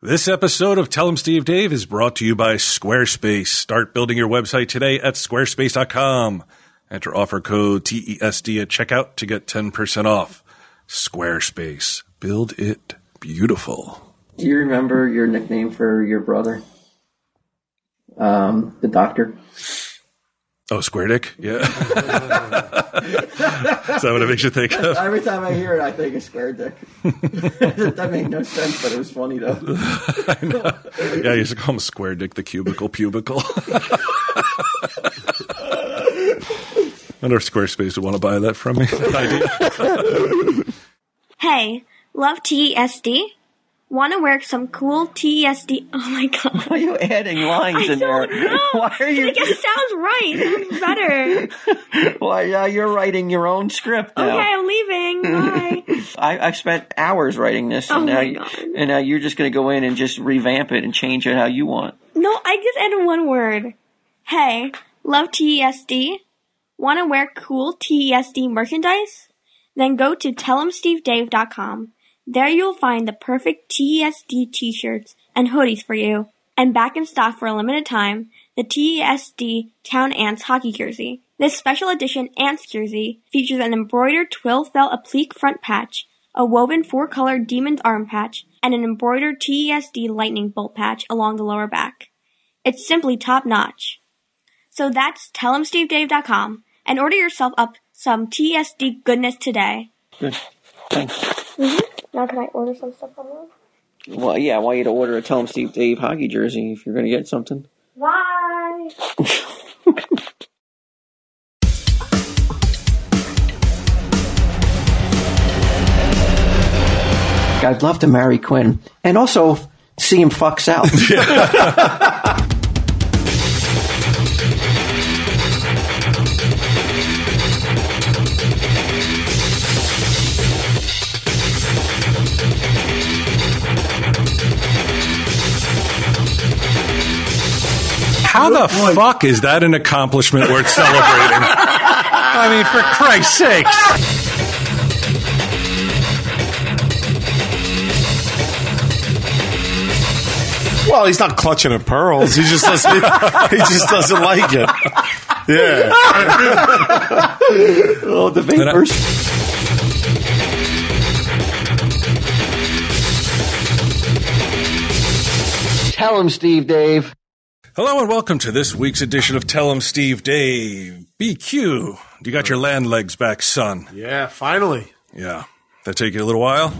This episode of Tell 'em Steve Dave is brought to you by Squarespace. Start building your website today at squarespace.com. Enter offer code TESD at checkout to get 10% off. Squarespace. Build it beautiful. Do you remember your nickname for your brother? Um, the doctor. Oh, square dick? Yeah. Is that what it makes you think of? Every time I hear it, I think of square dick. that made no sense, but it was funny though. Yeah, I used to call him square dick, the cubicle pubicle. I wonder if Squarespace would want to buy that from me. Hey, love E TESD? Want to wear some cool TESD? Oh my god. Why are you adding lines I in there? don't know. Why are you? Like, it sounds right. It sounds better. okay, Why yeah, you're writing your own script now? I'm leaving. Bye. I, I spent hours writing this, and Oh now my you- God. and now you're just going to go in and just revamp it and change it how you want. No, I just added one word. Hey, love E TESD? Want to wear cool TESD merchandise? Then go to tellemstevedave.com. There you'll find the perfect TESD t-shirts and hoodies for you. And back in stock for a limited time, the TESD Town Ants hockey jersey. This special edition Ants jersey features an embroidered twill felt applique front patch, a woven four-color demon's arm patch, and an embroidered TESD lightning bolt patch along the lower back. It's simply top-notch. So that's tellemstevedave.com and order yourself up some TSD goodness today. Good. Thanks. Mm-hmm. Now can I order some stuff online? Well, yeah, I want you to order a Tell 'em Steve Dave hockey jersey if you're going to get something. Why? I'd love to marry Quinn and also see him fuck South. How the fuck is that an accomplishment worth celebrating? I mean, for Christ's sakes. Well, he's not clutching at pearls. He just doesn't. he just doesn't like it. Yeah, oh, the I- vapors. Tell him, Steve Dave. Hello and welcome to this week's edition of Tell 'em Steve Dave. BQ, you got your land legs back, son. yeah. Finally, Yeah. That take you a little while?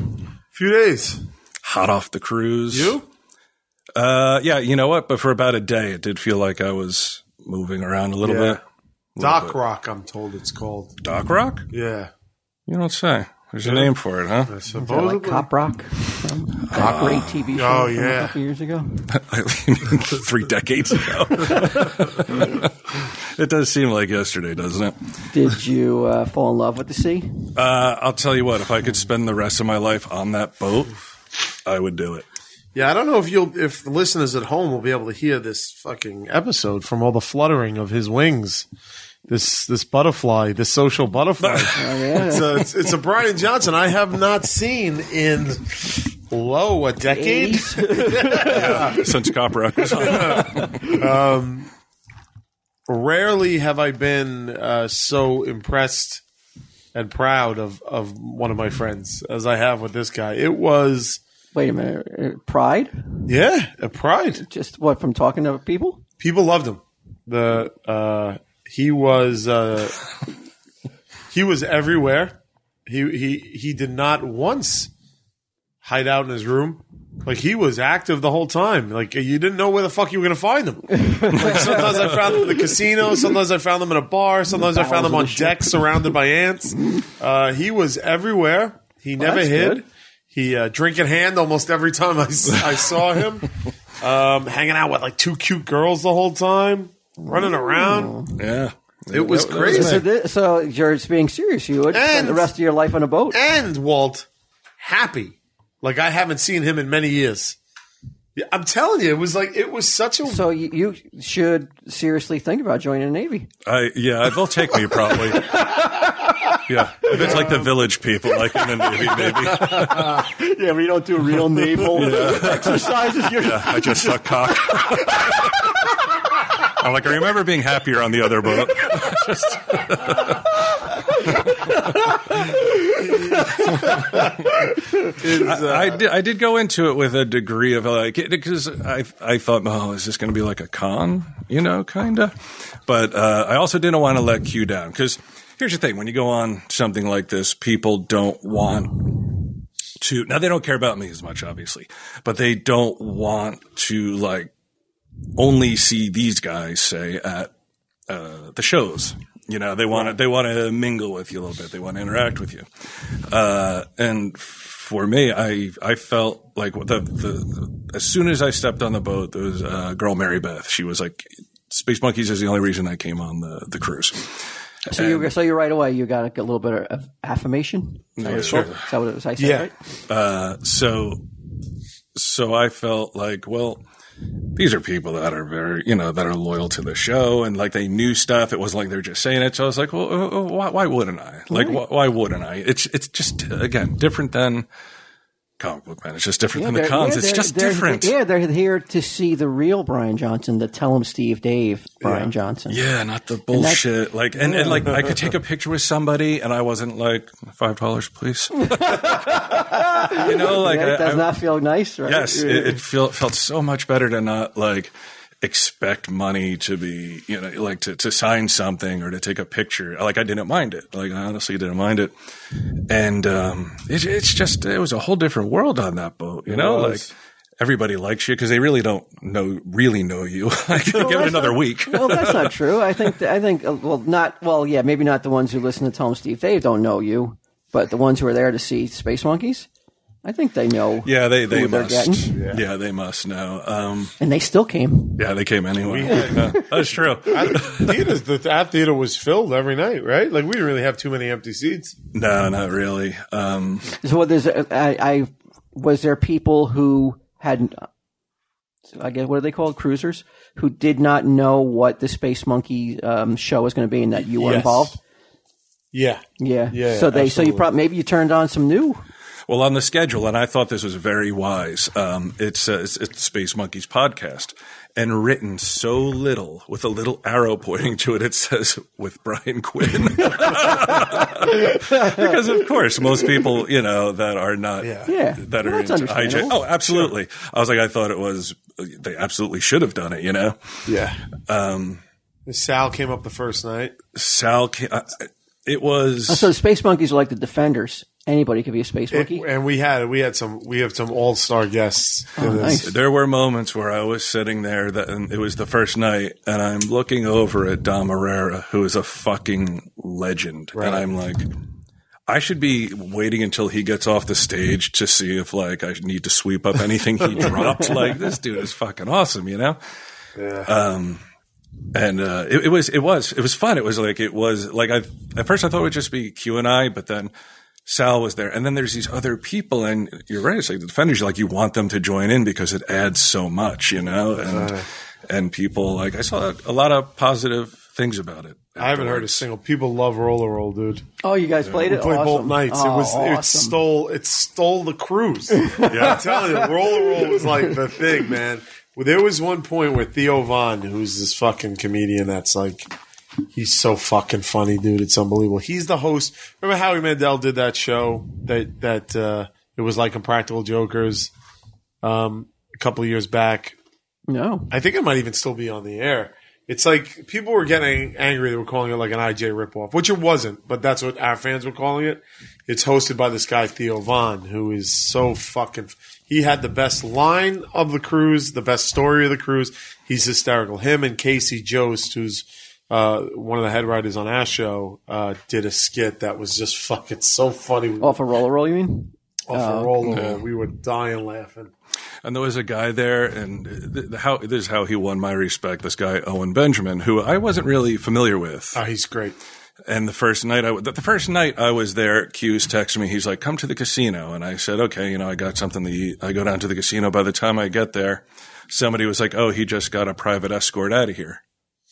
few days. Hot off the cruise. Uh, yeah, you know what? But for about a day, it did feel like I was moving around a little Yeah. bit. Doc Rock. I'm told it's called. Doc Rock? Yeah, You don't say. There's a name for it, huh? supposedly. Cop Rock, um, Cop Ray TV show oh, from yeah. a couple years ago. Three decades ago. it does seem like yesterday, doesn't it? Did you uh, fall in love with the sea? Uh, I'll tell you what, if I could spend the rest of my life on that boat, I would do it. yeah, I don't know if you'll, if the listeners at home will be able to hear this fucking episode from all the fluttering of his wings. This this butterfly, this social butterfly. it's, a, it's, it's a Brian Johnson I have not seen in low a decade. Since Cop Rock was on. rarely have I been uh, so impressed and proud of, of one of my friends as I have with this guy. It was, Wait a minute, uh, Pride? yeah, a pride. Just what from talking to people? People loved him. The uh, he was uh, he was everywhere. He he he did not once hide out in his room. Like he was active the whole time. Like you didn't know where the fuck you were gonna find him. Like sometimes I found him in the casino. Sometimes I found him in a bar. Sometimes I found him on deck surrounded by ants. Uh, he was everywhere. He never that's hid. good. He uh, drink in hand almost every time I, s- I saw him. Um, hanging out with like two cute girls the whole time, running around. Yeah. It was That- that me. crazy. So, thi- so you're just being serious. You would spend And- the rest of your life on a boat. and Walt happy. Like I haven't seen him in many years. Yeah, I'm telling you, it was like it was such a So you, you should seriously think about joining the Navy. I yeah, they'll take me probably. Yeah. If it's like the village people, like in the movie, maybe. Yeah, we don't do real naval exercises. You're Yeah, uh, I just suck cock. I'm like, I remember being happier on the other boat. Just- I, I did, I did go into it with a degree of like, because I, I thought, oh, is this going to be like a con? You know, kind of. But uh, I also didn't want to let Q down because here's the thing when you go on something like this, people don't want to now they don't care about me as much obviously but they don't want to like only see these guys say at uh, the shows you know they want to they want to mingle with you a little bit they want to interact with you uh, and for me i i felt like the, the as soon as i stepped on the boat there was a girl mary beth she was like space monkeys is the only reason i came on the the cruise So you so you right away you got a little bit of affirmation. Is that what it's Yeah, sure. called? Is that what it was I said? Yeah. Right? so so I felt like, well, these are people that are very, you know, that are loyal to the show and like they knew stuff. It wasn't like they're just saying it. So I was like, well, uh, uh, why, why wouldn't I? Like, why, why wouldn't I? It's it's just again different than comic book man. It's just different than the They're- cons. yeah, it's they're- just they're- different. yeah, they're here to see the real Brian Johnson, the tell him Steve Dave Brian Johnson. Yeah, not the bullshit. like, and, and like, I could take a picture with somebody, and I wasn't like five dollars, please. you know, like That I- does I- not feel nice, right? Yes, it, it felt felt so much better to not like expect money to be you know like to, to sign something or to take a picture. Like I didn't mind it. Like I honestly didn't mind it. And um, it, it's just it was a whole different world on that boat. You know, like. was. Everybody likes you because they really don't know, really know you. I could give it another week. well, that's not true. I think I think uh, well, not well, yeah, maybe not the ones who listen to Tom Steve Dave don't know you, but the ones who are there to see Space Monkeys, I think they know. Yeah, they, they who they're must. getting. Yeah. they must know. Um, and they still came. yeah, they came anyway. We had- Yeah, that's true. Theaters, the that theater was filled every night, right? Like we didn't really have too many empty seats. No, not really. Um, So what there's uh, I, I was there people who had I guess what are they called cruisers who did not know what the Space Monkey um, show was going to be and that you were Yes. involved. Yeah, Yeah. Yeah, so they so you absolutely. probably maybe you turned on some new Well, on the schedule, and I thought this was very wise. Um, it's, uh, it's it's Space Monkeys podcast, and written so little with a little arrow pointing to it. It says with Brian Quinn, because of course most people you know that are not Yeah. that Well, are that's into IJ. understandable. Oh, absolutely. I was like, I thought it was they absolutely should have done it. You know, yeah. Um, Sal came up the first night. Sal. Ca- I- I- It was So the space monkeys are like the defenders. Anybody could be a space monkey. and we had we had some we have some all star guests. in Oh, this. nice. There were moments where I was sitting there that and it was the first night and I'm looking over at Dom Herrera, who is a fucking legend. And I'm like, I should be waiting until he gets off the stage to see if like I need to sweep up anything he dropped. Like this dude is fucking awesome, you know? and uh, it, it was it was it was fun. It was like it was like I at first I thought it would just be Q and I, but then Sal was there, and then there's these other people, and you're right. It's like the defenders, like you want them to join in because it adds so much, you know, and and people like I saw a lot of positive things about it. I haven't heard a single. People love Roller Roll, dude. Oh, you guys played it. We played awesome. both nights. it Oh, was it awesome. stole it stole the cruise. I'm telling you, Roller Roll was like the thing, man. Well, there was one point where Theo Vaughn, who's this fucking comedian, that's like he's so fucking funny, dude. It's unbelievable. He's the host. Remember Howie Mandel did that show that that uh, it was like Impractical Jokers um, a couple of years back. No, I think it might even still be on the air. It's like people were getting angry. They were calling it like an IJ ripoff, which it wasn't, but that's what our fans were calling it. It's hosted by this guy, Theo Vaughn, who is so fucking. He had the best line of the cruise, the best story of the cruise. He's hysterical. Him and Casey Jost, who's uh, one of the head writers on our show, uh, did a skit that was just fucking so funny. off a roller roll. You mean? Off a roll, we were dying laughing. And there was a guy there, and th- th- how this is how he won my respect. This guy Owen Benjamin, who I wasn't really familiar with. Oh, he's great. And the first night I w- the first night I was there, Q's texted me. He's like, "Come to the casino," and I said, "Okay, you know, I got something to eat." I go down to the casino. By the time I get there, somebody was like, "Oh, he just got a private escort out of here."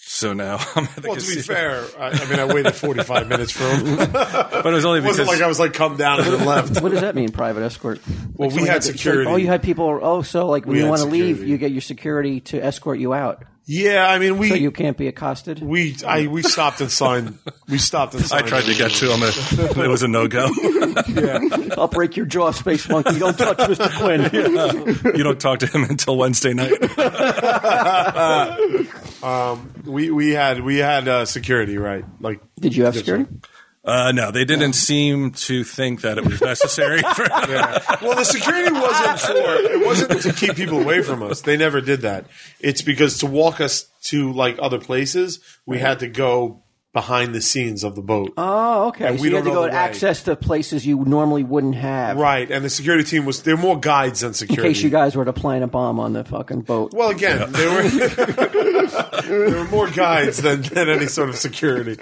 So now I'm at the Well, to be casino. fair, I, I mean, I waited 45 minutes for him. It But it was only because wasn't like I was like, come down and then left. What does that mean, private escort? Well, we Someone had to- it's like, security. oh, you had people. Oh, so like when We you had want to leave, security. you get your security to escort you out, yeah, I mean, we so you can't be accosted. we I we stopped and signed. We stopped and I signed. tried to get to him. and It was a no go. I'll break your jaw, space monkey. Don't touch Mister Quinn. you don't talk to him until Wednesday night. We we had we had uh, security, right? Like, Did you have security? Uh, no, they didn't seem to think that it was necessary. For, well, the security wasn't for it wasn't to keep people away from us. They never did that. It's because to walk us to like other places, we had to go behind the scenes of the boat. Oh, okay. And so we you had don't to know go the to way. access to places you normally wouldn't have. Right, and the security team was they're more guides than In security. case you guys were to plant a bomb on the fucking boat. Well, again, there were there were more guides than, than any sort of security.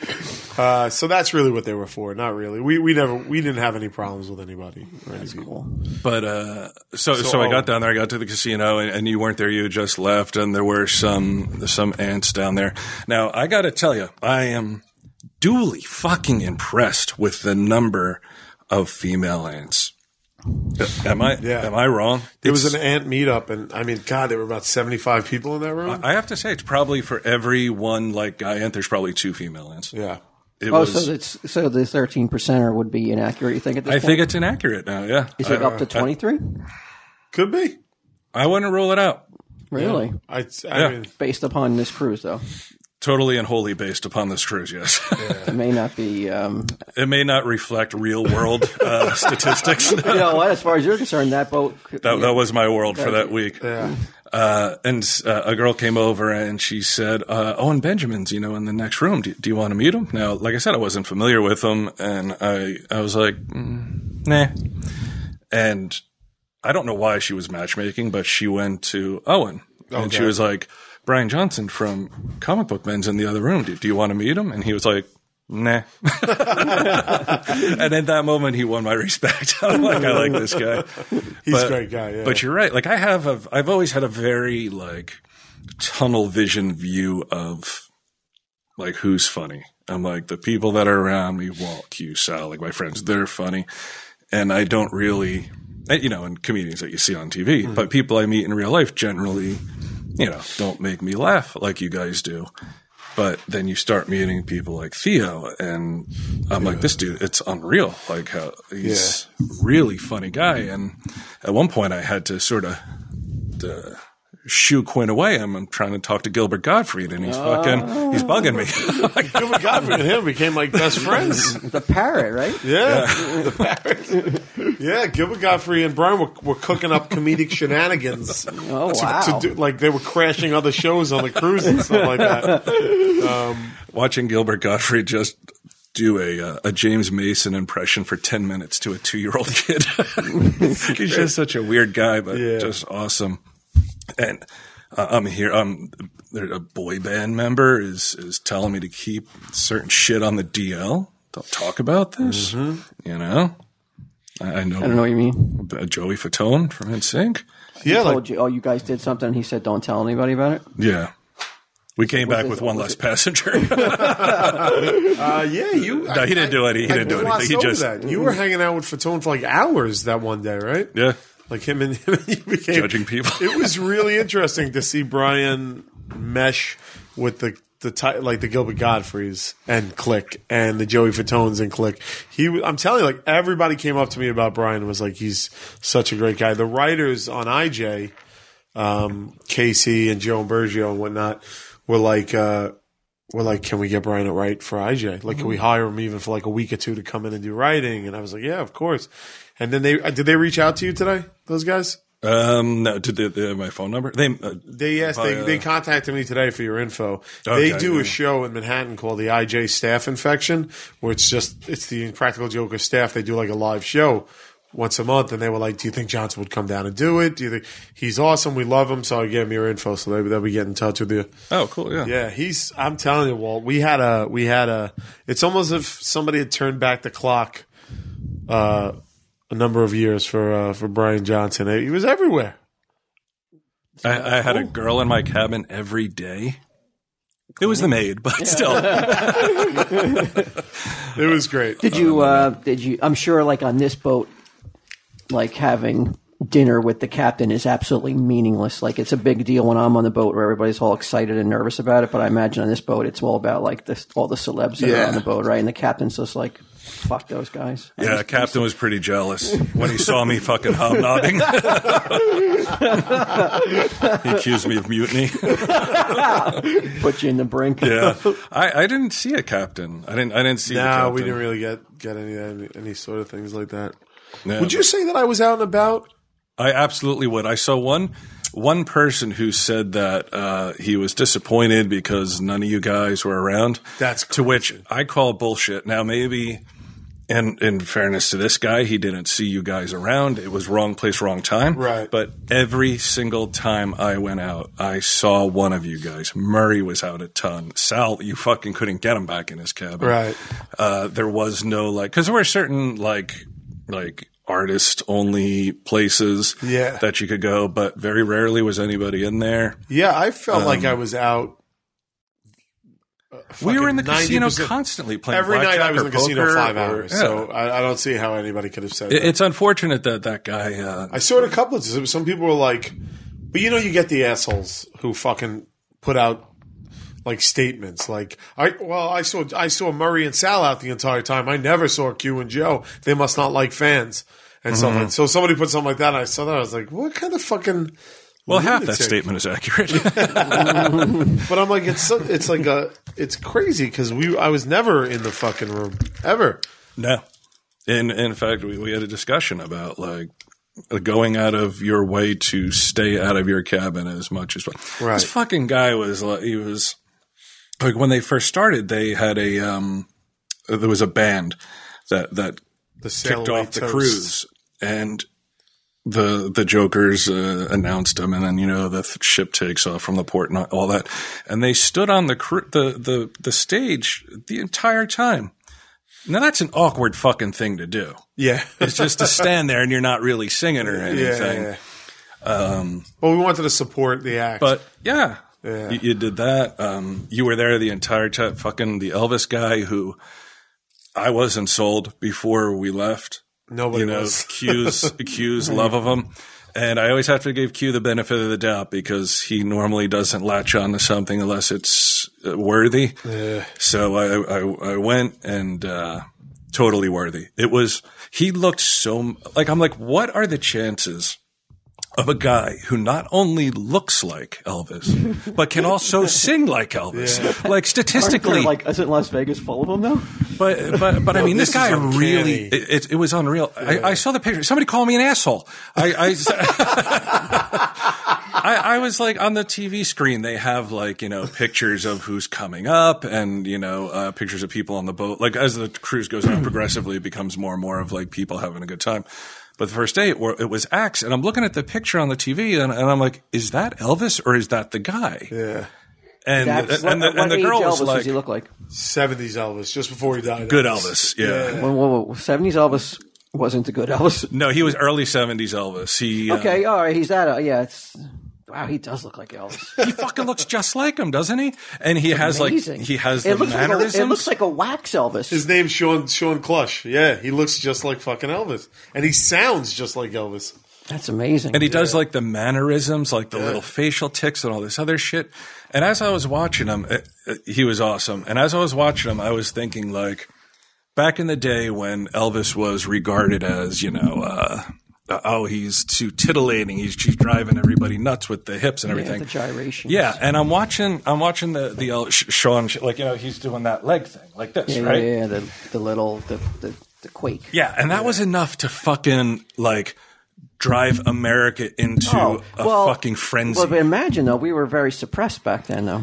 Uh, so that's really what they were for. Not really. We we never we didn't have any problems with anybody. Or any people. Cool. but uh, so, so I oh. got down there. I got to the casino, and, and you weren't there. You had just left, and there were some some ants down there. Now I got to tell you, I am duly fucking impressed with the number of female ants. Am I? Yeah. Am I wrong? It was an ant meetup, and I mean, God, there were about seventy five people in that room. I have to say, it's probably for every one like guy ant. There's probably two female ants. yeah, It Oh, was. so it's so the thirteen percenter would be inaccurate. You think at this I point? think it's inaccurate now. Yeah. Is it uh, up to twenty three? could be. I wouldn't rule it out. Really? I, I Yeah. mean, Based upon this cruise, though, Totally and wholly based upon this cruise, yes. it may not be. Um, it may not reflect real world uh, statistics. you that, know what? As far as you're concerned, that boat. could- that was my world for that week. Uh, and uh, a girl came over and she said, uh, Owen Benjamin's, you know, in the next room. Do, do you want to meet him? Now, like I said, I wasn't familiar with him. And I, I was like, mm, nah. And I don't know why she was matchmaking, but she went to Owen and she was like, Brian Johnson from Comic Book Men's in the other room. Do, do you want to meet him? And he was like, nah. and at that moment, he won my respect. I'm like, I like this guy. he's But- a great guy. Yeah. But you're right. Like I have a, I've always had a very like tunnel vision view of like who's funny. I'm like the people that are around me, Walt, Q, Sal, like my friends, they're funny, and I don't really, eh, you know, and comedians that you see on TV, but people I meet in real life generally, you know, don't make me laugh like you guys do. But then you start meeting people like Theo, and I'm like, this dude, it's unreal. Like how he's really funny guy. And at one point, I had to sort of uh, shoo Quinn away. I'm, I'm trying to talk to Gilbert Gottfried, and he's fucking, he's bugging me. Like, Gilbert Godfrey and him became like best friends. the parrot, right? Yeah, yeah. Gilbert Godfrey and Brian were, were cooking up comedic shenanigans. Oh wow! to do, like they were crashing other shows on the cruise and stuff like that. watching Gilbert Gottfried just do a uh, a James Mason impression for ten minutes to a two year old kid. He's just such a weird guy, but Yeah. just awesome. And uh, I'm here. I'm there- a boy band member is is telling me to keep certain shit on the DL. Don't talk about this. You know. I, I know, Mm-hmm. I don't know what you mean. uh, Joey Fatone from NSYNC. Yeah, like Told you, oh, you guys did something. and He said, "Don't tell anybody about it." Yeah. We came back it- with one was less passenger. uh, yeah, you. no, he didn't do any. He didn't do anything. He just that. you were hanging out with Fatone for like hours that one day, right? yeah, Like him and him and you became judging people. It was really interesting to see Brian mesh with the the ty- like the Gilbert Godfrey's and Click and the Joey Fatones and Click. He, w- I'm telling you, like everybody came up to me about Brian and was like, he's such a great guy. The writers on IJ, um, Casey and Joe Bergio and whatnot, were like. Uh, we're like, can we get Brian right for IJ? Like, Mm-hmm. can we hire him even for like a week or two to come in and do writing? And I was like, yeah, of course. And then they uh, did they reach out to you today? Those guys? Um, no, did they, they have my phone number? They, uh, They yes, they, Oh, yeah. they contacted me today for your info. Okay, they do yeah. a show in Manhattan called the IJ Staff Infection, where it's just it's the Impractical Joker staff. They do like a live show once a month, and they were like, "Do you think Johnson would come down and do it? Do you think he's awesome? We love him." So I gave him your info, so they, they'll be getting in touch with you. oh, cool. Yeah. Yeah, he's. I'm telling you, Walt. We had a. We had a. It's almost as if somebody had turned back the clock, uh, a number of years for uh, for Brian Johnson. He was everywhere. I, I had a girl in my cabin every day. It was the maid, but still. It was great. Did you? Oh, Uh, did you? I'm sure, like on this boat, like having dinner with the captain is absolutely meaningless. Like it's a big deal when I'm on the boat, where everybody's all excited and nervous about it. But I imagine on this boat, it's all about like this, all the celebs that are Yeah. on the boat, right? And the captain's just like, "Fuck those guys." I Yeah, just- Captain was pretty jealous when he saw me fucking hobnobbing. he accused me of mutiny. put you in the brink. Yeah, I, I didn't see a captain. I didn't. I didn't see. the No, captain. we didn't really get get any any, any sort of things like that. Yeah, Would you say that I was out and about? I absolutely would. I saw one one person who said that uh, he was disappointed because none of you guys were around. That's to which I call bullshit. Now maybe. And in fairness to this guy, he didn't see you guys around. It was wrong place, wrong time. Right. But every single time I went out, I saw one of you guys. Murray was out a ton. Sal, you fucking couldn't get him back in his cabin Right. uh, there was no like because there were certain like like artist only places Yeah. that you could go, but very rarely was anybody in there. Yeah, I felt like I was out. uh, we were in the fucking casino 90% constantly playing Every night I blackjack or was in the casino poker five or- hours, yeah. so I, I don't see how anybody could have said It- that. it's unfortunate that that guy. Uh, I saw it a couple of times. Some people were like, but you know, you get the assholes who fucking put out like statements like, I, well, I saw, I saw Murray and Sal out the entire time. I never saw Q and Joe. They must not like fans and Mm-hmm. something. So somebody put something like that. And I saw that. I was like, what kind of fucking, well, half that lunatic. statement is accurate. but I'm like, it's, so- it's like a, it's crazy because we, I was never in the fucking room ever. no, in in fact, we, we had a discussion about like going out of your way to stay out of your cabin as much as Right. This fucking guy was like, he was like when they first started, they had a um, there was a band that that The kicked sailaway off the toast. cruise and the the jokers uh, announced them and then you know the th- ship takes off from the port and all that and they stood on the cru- the the the stage the entire time now that's an awkward fucking thing to do Yeah. it's just to stand there and you're not really singing or yeah. anything yeah. but we wanted to support the act. Um, but yeah, Yeah. You, you did that. Um, you were there the entire time. Fucking the Elvis guy who I wasn't sold before we left. Nobody you know, was. Q's Q's love of him. And I always have to give Q the benefit of the doubt because he normally doesn't latch on to something unless it's uh, worthy. So I, I I went and uh, totally worthy. It was he looked so m- like I'm like what are the chances of a guy who not only looks like Elvis but can also sing like Elvis? Like Aren't there, statistically, like isn't Las Vegas full of them though? but but but I mean, this, this guy is uncanny. really it, it, it was unreal. I, I saw the picture. Somebody called me an asshole. I I, I I was like on the TV screen. They have like you know pictures of who's coming up and you know uh, pictures of people on the boat. Like as the cruise goes on progressively, it becomes more and more of like people having a good time. But the first day, it, were, it was Axe, and I'm looking at the picture on the TV, and, and I'm like, "Is that Elvis or is that the guy?" yeah. And That's, and, the, what, and the what girl age was Elvis like, does he look like? 70s Elvis, just before he died. "Good Elvis, yeah. Whoa, whoa, whoa. 70s Elvis wasn't the good Elvis. No, he was early seventies Elvis. He uh, Okay, all right, he's that. Uh, yeah, it's wow, he does look like Elvis. he fucking looks just like him, doesn't he? And he has Amazing. like he has the it looks mannerisms. Like a, it looks like a wax Elvis. His name's Sean Sean Clush. Yeah, he looks just like fucking Elvis, and he sounds just like Elvis. That's amazing. and he does like the mannerisms, like the little facial ticks and all this other shit. And as I was watching him, it, it- he was awesome. And as I was watching him, I was thinking like back in the day when Elvis was regarded as, you know, uh, oh, he's too titillating. He's, he's driving everybody nuts with the hips and yeah, everything. the gyrations. Yeah, and I'm watching. I'm watching the the El- Sh- Sean. Like you know, he's doing that leg thing, like this, yeah, right? yeah, yeah, the the little the the, the quake. Yeah, and that was enough to fucking like drive America into a fucking frenzy. Oh, Well, but imagine though, we were very suppressed back then, though,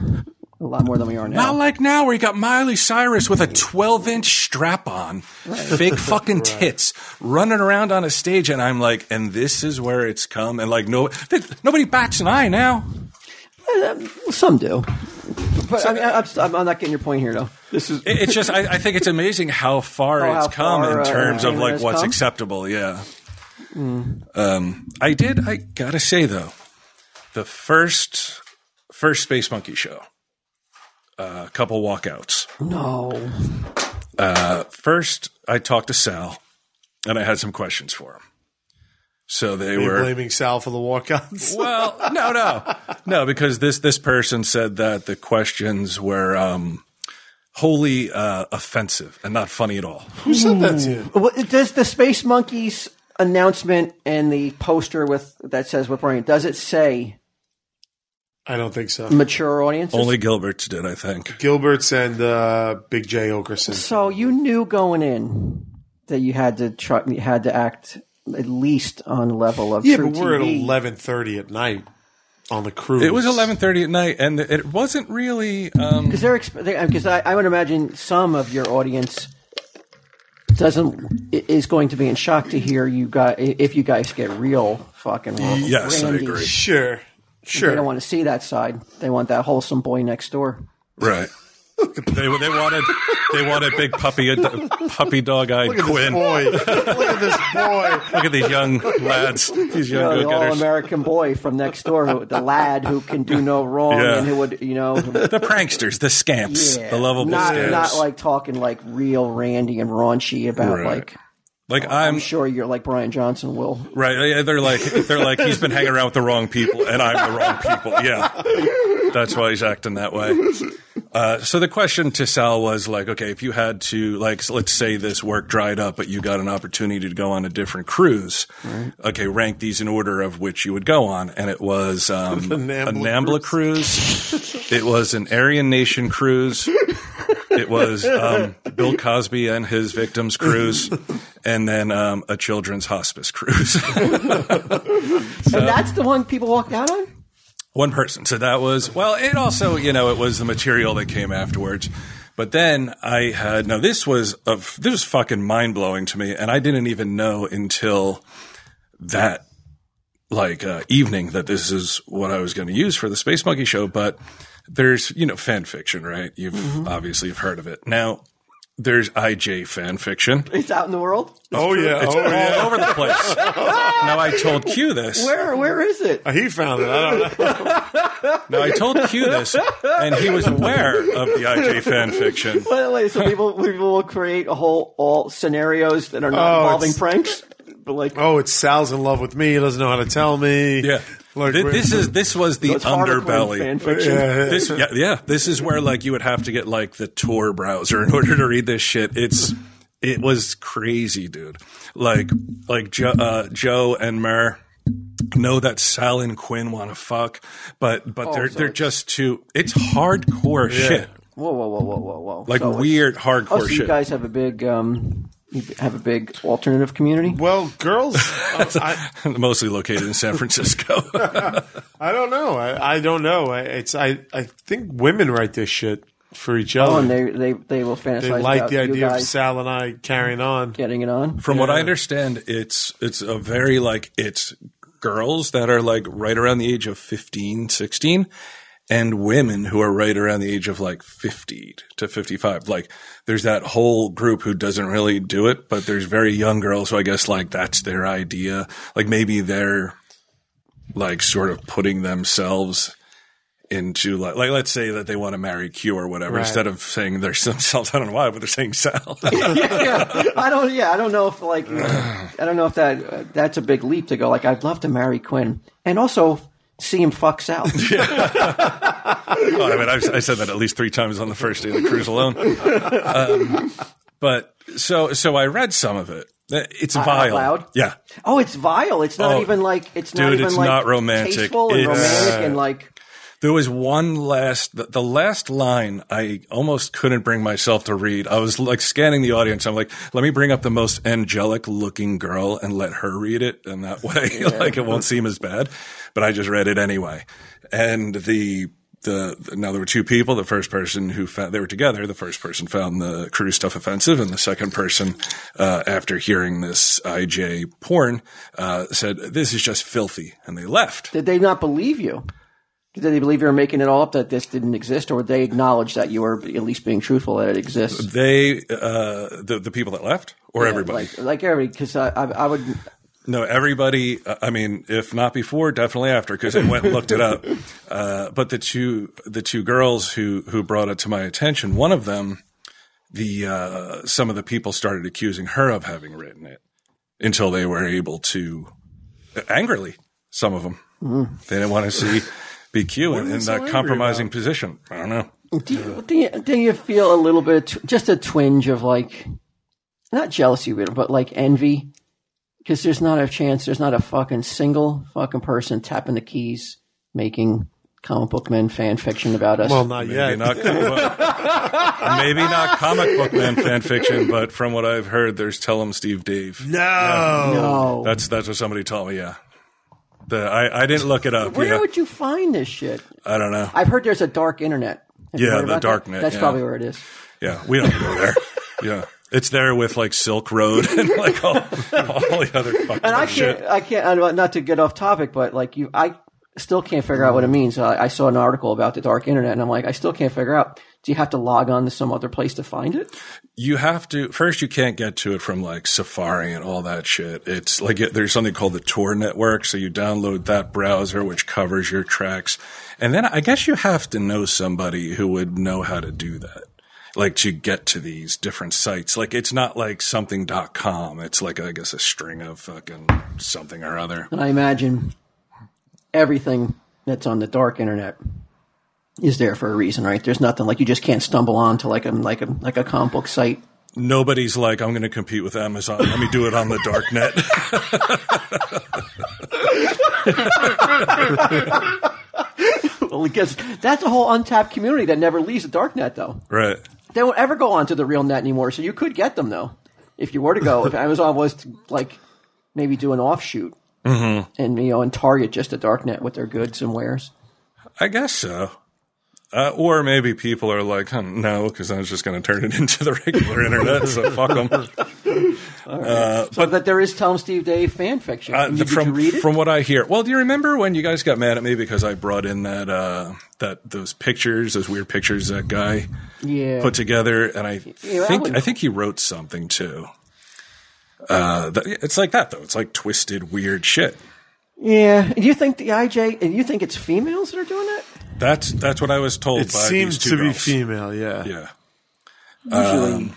a lot more than we are now. not like now where you got Miley Cyrus with a 12 inch strap on, fake fucking tits, running around on a stage, and I'm like, and this is where it's come, and like no, th- nobody bats an eye now. Uh, Some do, but I mean, I, I'm, I'm- I'm not getting your point here, though. This is It- It's just, I, I think it's amazing how far Oh, how it's come far, in uh, terms of entertainment like has what's come? Hmm. acceptable. Yeah. Um, I did. I gotta say though, the first first Space Monkey show uh, couple walkouts. No. First, I talked to Sal, and I had some questions for him. So they You're were blaming Sal for the walkouts. well, no, no, no, because this this person said that the questions were um, wholly uh, offensive and not funny at all. Who said that to you? Well, it- Does the Space Monkeys announcement and the poster with that says with Brian, does it say I don't think so. mature audiences? Only Gilbert's did, I think. Gilberts and uh, Big J Okerson. So you knew going in that you had to try, you had to act at least on level of Yeah, true but we're at TV. eleven thirty at night on the cruise. It was eleven thirty at night, and it wasn't really. Um, Because they're because I, I would imagine some of your audience doesn't i- is going to be in shock to hear you guys if you guys get real fucking yes, I randy. agree. Sure, They don't sure. want to see that side. They want that wholesome boy next door. Right. they they wanted they wanted big puppy puppy dog eyed Look at this Quinn. boy. Look at this boy. Look at these young lads. These You young know, Uh, the go getters. all-American boy from next door, who, the lad who can do no wrong Yeah. and who would, you know, The pranksters, the scamps, Yeah. the lovable not, scamps. Not like talking like real Randy and raunchy about Right. like. like I'm I'm sure you're like Brian Johnson will. right. yeah, They're like they're like he's been hanging around with the wrong people, and I'm the wrong people. Yeah, that's why he's acting that way. Uh, so the question to Sal was like, okay, if you had to like, so let's say this work dried up, but you got an opportunity to go on a different cruise. Okay, rank these in order of which you would go on, and it was um, a Nambla Nambla cruise. it was an Aryan Nation cruise. It was um, Bill Cosby and his victims cruise, and then um, a children's hospice cruise. and that's the one people walked out on? One person. So that was well. It also, you know, it was the material that came afterwards. But then I had now this was of this was fucking mind blowing to me, and I didn't even know until that like uh, evening that this is what I was going to use for the Space Monkey Show. But there's you know fan fiction, right? You've obviously you've heard of it. Now there's IJ fan fiction. It's out in the world. Oh yeah, It's oh all yeah. over the place. now I told Q this. Where where is it? He found it. I don't know. Now I told Q this, and he was aware of the IJ fan fiction. By the way, so people people will create a whole all scenarios that are not Oh, involving it's- pranks, but like Oh, it's Sal's in love with me. He doesn't know how to tell me. Yeah, Like, Th- this is this was the it's hardcore fan underbelly. fiction. Yeah. This, yeah, yeah, this is where like you would have to get like the Tor browser in order to read this shit. It's it was crazy, dude. Like like jo- uh, Joe and Mer know that Sal and Quinn want to fuck, but but they're so they're it's- just too. It's hardcore shit, Whoa, whoa, whoa, whoa, whoa, whoa! like So it's- weird hardcore Oh, so shit. you guys have a big um, you have a big alternative community. Well, girls, uh, I, Mostly located in San Francisco. I don't know. I, I don't know. I, it's I, I think women write this shit for each other. Oh, and they they they will fantasize they like about the you idea of guys Sal and I carrying on. getting it on. From what I understand, it's it's a very like it's girls that are like right around the age of 15, 16 and women who are right around the age of like 50 to 55. Like there's that whole group who doesn't really do it, but there's very young girls who I guess like that's their idea. Like maybe they're like sort of putting themselves into like, like let's say that they want to marry Q or whatever Right. instead of saying they're themselves. I don't know why, but they're saying Sal. yeah, I don't. Yeah, I don't know if like I don't know if that uh, that's a big leap to go. Like I'd love to marry Quinn, and also see him fuck Sal. Oh, I mean, I've, I said that at least three times on the first day of the cruise alone. Um, but so, so I read some of it. It's Uh, out vile. loud? Yeah. oh, it's vile. It's not Oh, even like it's not dude, even it's like not romantic. tasteful and It's- romantic and like There was one last, the, the last line I almost couldn't bring myself to read. I was like scanning the audience. I'm like, let me bring up the most angelic looking girl and let her read it. And that way, like, it won't seem as bad. But I just read it anyway. And the, the, now there were two people. The first person who found, they were together. The first person found the cruise stuff offensive. And the second person, uh, after hearing this IJ porn, uh, said, this is just filthy. And they left. did they not believe you? Did they believe you were making it all up that this didn't exist, or they acknowledge that you were at least being truthful that it exists? They, uh, the the people that left, or everybody. Like, like everybody, because I, I, I would. No, everybody. uh, I mean, if not before, definitely after, because I went and looked it up. Uh, but the two the two girls who who brought it to my attention, one of them, the uh, some of the people started accusing her of having written it until they were able to uh, angrily. Some of them Hmm. they didn't want to see BQ in, they in so that angry compromising position. I don't know. Do you, do you, do you feel a little bit, of tw- just a twinge of like, not jealousy, but but like envy? Because there's not a chance, there's not a fucking single fucking person tapping the keys making comic book men fan fiction about us. Well, not Maybe yet. not, well, maybe not comic book man fan fiction, but from what I've heard, there's Tell 'em Steve Dave. No. no. That's that's what somebody told me. Yeah, the, I I didn't look it up. Where yeah, would you find this shit? I don't know. I've heard there's a dark internet. Have you Yeah, heard the about dark that? net, That's yeah. probably where it is. Yeah, we don't go there. yeah, it's there with like Silk Road and like all, all the other fucking And I shit. can't, I can't, I don't- not to get off topic, but like you, I still can't figure out what it means. I, I saw an article about the dark internet and I'm like, I still can't figure out. Do you have to log on to some other place to find it? you have to first you can't get to it from like safari and all that shit it's like it, there's something called the tor network so you download that browser which covers your tracks and then i guess you have to know somebody who would know how to do that like to get to these different sites like it's not like something.com it's like i guess a string of fucking something or other And I imagine everything that's on the dark internet is there for a reason, right? There's nothing like you just can't stumble onto like a like a like a comic book site. nobody's like i'm going to compete with amazon let me do it on the dark net Well, because that's a whole untapped community that never leaves the dark net, though. right They won't ever go onto the real net anymore. So you could get them though, if you were to go. if Amazon was to, like maybe do an offshoot Mm-hmm. and you know and target just the dark net with their goods and wares. I guess so. Uh, or maybe people are like, huh, no, because I was just going to turn it into the regular internet, so fuck Uh, them. So that there is Tom Steve Dave fan fiction. Uh, Did the- you from read it? from what I hear, well, do you remember when you guys got mad at me because I brought in that uh, that those pictures, those weird pictures that guy yeah. put together, and I Yeah, that think one- I think he wrote something too. Uh, th- it's like that though. It's like twisted, weird shit. yeah. You think the IJ and you think it's females that are doing it? That's that's what I was told. It by seems these two to be girls. female. Yeah. Yeah, Um, Usually,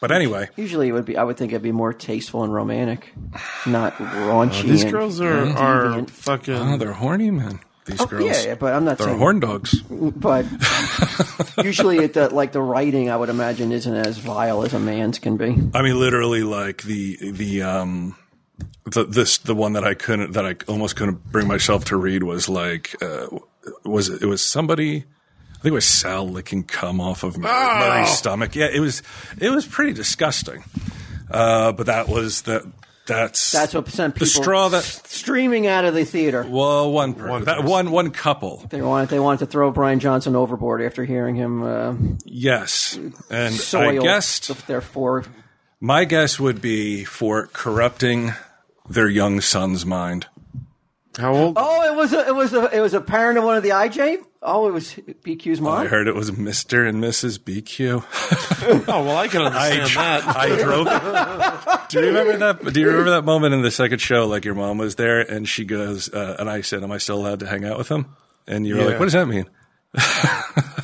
but anyway, usually it would be. I would think it'd be more tasteful and romantic, not Uh, raunchy. These and- girls are, are Deviant. fucking. oh, they're horny man. These girls, Oh, Yeah, yeah, but I'm not they're saying. horn dogs. But usually, it the, like the writing, I would imagine, isn't as vile as a man's can be. I mean, literally, like the the um the this the one that I couldn't that I almost couldn't bring myself to read was like uh, was it, it was somebody. I think it was Sal licking cum off of Mary, Oh. Mary's stomach. Yeah, it was it was pretty disgusting. Uh, but that was the that's That's what some people the straw that streaming out of the theater. well one per, One that person. one one couple They wanted they wanted to throw Brian Johnson overboard after hearing him uh, yes and I soil guessed their four. My guess would be for corrupting their young son's mind. How old? Oh, it was a, it was a, it was a parent of one of the IJ. Oh, it was BQ's mom. I heard it was Mr. and Mrs. BQ. Oh, well, I can understand that. I drove. do you remember that? Do you remember that moment in the second show? Like your mom was there, and she goes, uh, and I said, "Am I still allowed to hang out with him?" And you were like, Yeah. "What does that mean?"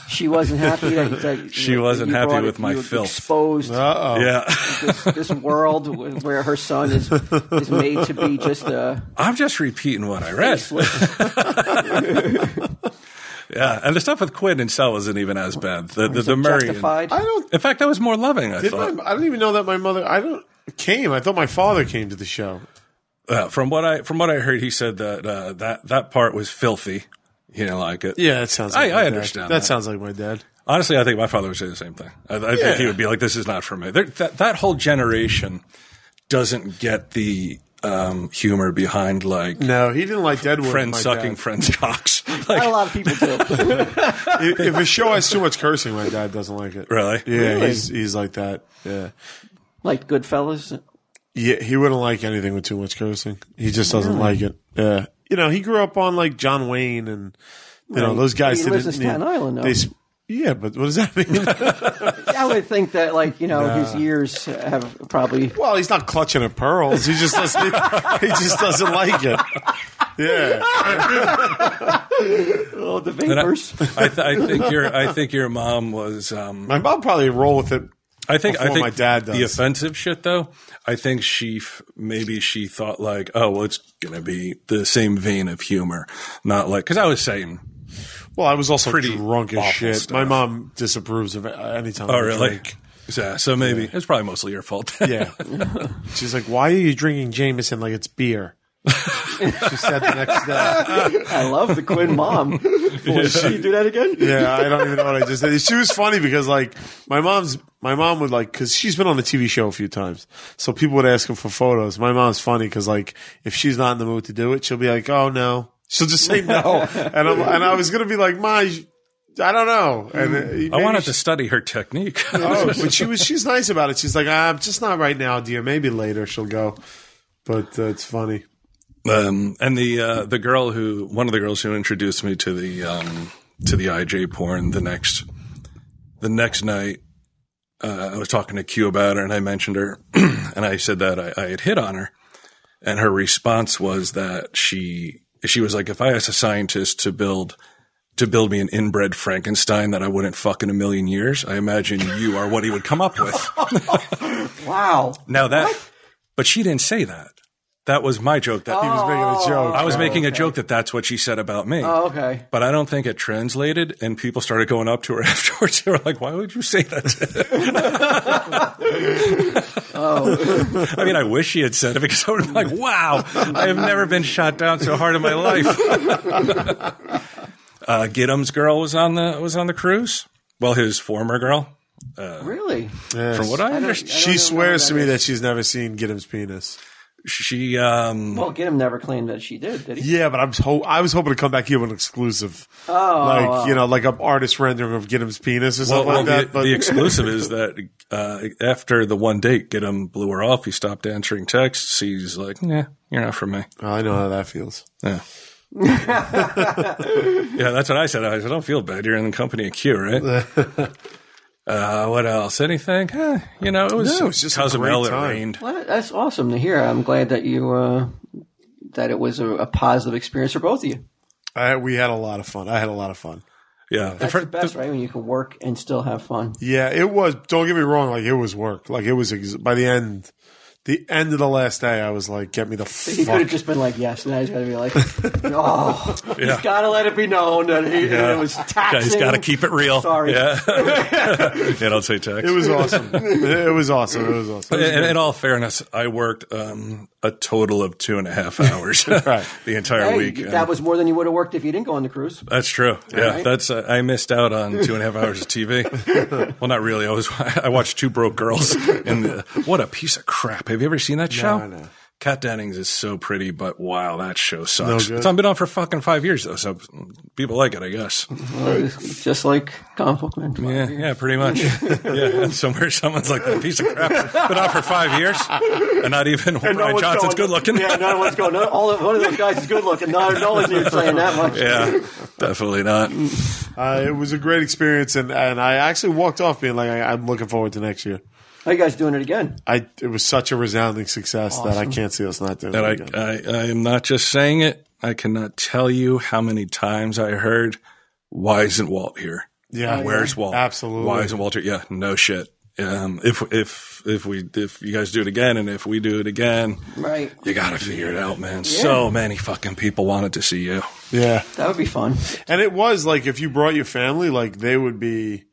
She wasn't happy that, that She that wasn't you happy brought with it- my you filth. Ah. Exposed Uh oh. Yeah, this, this world w- where her son is is made to be just uh, a I'm just repeating what I read. Yeah, and the stuff with Quinn and Sal isn't even as bad. The the, the Murray. and- justified. I don't. in fact, that was more loving. I Did thought. my, I don't even know that my mother. I don't came. I thought my father came to the show. Uh, from what I from what I heard, he said that uh, that that part was filthy. He didn't like it. Yeah, that sounds. I- Like my I dad. understand That, that. sounds like my dad. Honestly, I think my father would say the same thing. I, I think he Yeah. would be like, "This is not for me." There, that that whole generation doesn't get the um, humor behind like No, he didn't like Deadwood. friends Mm. my sucking Dad. friends' cocks. Not a Like, lot of people do. if, if a show has too much cursing, my dad doesn't like it. Really? Yeah, he's he's like that. Yeah. like Goodfellas. Yeah, he wouldn't like anything with too much cursing. He just doesn't like it. Yeah, you know, he grew up on like John Wayne and you know Right. those guys. He didn't lives in Staten yeah, Island, though. They s- Yeah, but what does that mean? I would think that, like, you know, his years have probably. well, he's not clutching at pearls. He just doesn't. he just doesn't like it. Yeah, Oh, the And I, vapors. I, th- I think your I think your mom was um, my mom probably roll with it. I think I before think my dad the does. offensive shit though. I think she f- maybe she thought like, oh, well, it's gonna be the same vein of humor, not like because I was saying, Well, I was also Pretty drunk as awful shit. stuff. My mom disapproves of any time. oh, I really? drink. Yeah, so maybe it's probably mostly your fault. Yeah. She's like, "Why are you drinking Jameson like it's beer?" she said the next day. I love the Quinn mom. Boy, she do that again? Yeah, I don't even know what I just said. She was funny because like my mom's my mom would like because she's been on the TV show a few times, so people would ask her for photos. My mom's funny because like if she's not in the mood to do it, she'll be like, "Oh no," she'll just say no, and I'm, and I was gonna be like, "My, I don't know," and uh, Mm. I maybe wanted she- to study her technique. Oh, but she was she's nice about it. She's like, "I'm just not right now, dear. Maybe later she'll go." But uh, it's funny. Um, and the uh, the girl who one of the girls who introduced me to the um, to the IJ porn the next the next night, uh, I was talking to Q about her and I mentioned her and I said that I, I had hit on her, and her response was that she she was like, if I asked a scientist to build to build me an inbred Frankenstein that I wouldn't fuck in a million years, I imagine you are what he would come up with. Wow. Now that, but she didn't say that. That was my joke. That He was making a joke. I was making a joke that that's what she said about me. Oh, okay. But I don't think it translated, and people started going up to her afterwards. They were like, "Why would you say that?" oh, I mean, I wish she had said it because I would have been like, "Wow, I have never been shot down so hard in my life." uh, Gidim's girl was on the was on the cruise. Well, his former girl, Really? from what I understand, She swears to me that she's never seen Gidim's penis. she um, Well, Ginnam never claimed that she did, did he? Yeah, but I'm ho- I was hoping to come back here with an exclusive, oh, like you know, like an artist rendering of Gidim's penis or Well, something well like that. the, but the exclusive is that uh, after the one date, get him blew her off. He stopped answering texts. He's like, "Yeah, you're not for me." Oh, I know how that feels. Yeah. yeah, that's what I said. I said, "Don't feel bad. You're in the company of Q, right?" uh, what else? Anything? Eh, you know, it was, No, it was just a Cozumel. great It time. rained. Well, that- that's awesome to hear. I'm glad that you, uh, that it was a, a positive experience for both of you. I, we had a lot of fun. I had a lot of fun. Yeah, the That's fir- the best, right? When you can work and still have fun. Yeah, it was. Don't get me wrong. Like it was work. Like it was ex- by the end, the end of the last day. I was like, get me the He could fuck. have just been like, yes. Now he's got to be like, oh, Yeah. he's got to let it be known that he, it was taxing. Yeah, he's got to keep it real. Sorry. Yeah. yeah, don't say text. it was awesome. it was awesome. It was awesome. It was In, great. in all fairness, I worked um, a total of two and a half hours the entire Hey, week. that was more than you would have worked if you didn't go on the cruise. That's true. Yeah, right. that's uh, I missed out on two and a half hours of TV. well, not really. I was I watched Two Broke Girls, and the, what a piece of crap! Have you ever seen that show? no. Kat Dennings is so pretty, but wow, that show sucks. good. it's been on for fucking five years though, so people like it, I guess. Uh, Just like compliment. Yeah, yeah, pretty much. yeah, somewhere someone's like that piece of crap. Been on for five years, and not even Brian one's Johnson's going- good looking. Yeah, no one's going. No, all of, one of those guys is good looking. No, no one's even saying that much. yeah, definitely not. Uh, it was a great experience, and, and I actually walked off being like, I, I'm looking forward to next year. Are you guys doing it again? I it was such a resounding success that I can't see us not doing it again. And I, uh, I, I am not just saying it. I cannot tell you how many times I heard, "Why isn't Walt here? Oh, yeah, Where's Walt? Absolutely. Why isn't Walt here? Yeah, no shit. Um, if if if we if you guys do it again, and if we do it again, Right. you gotta figure it out, man. So many fucking people wanted to see you. Yeah, That would be fun. and it was like if you brought your family, like they would be,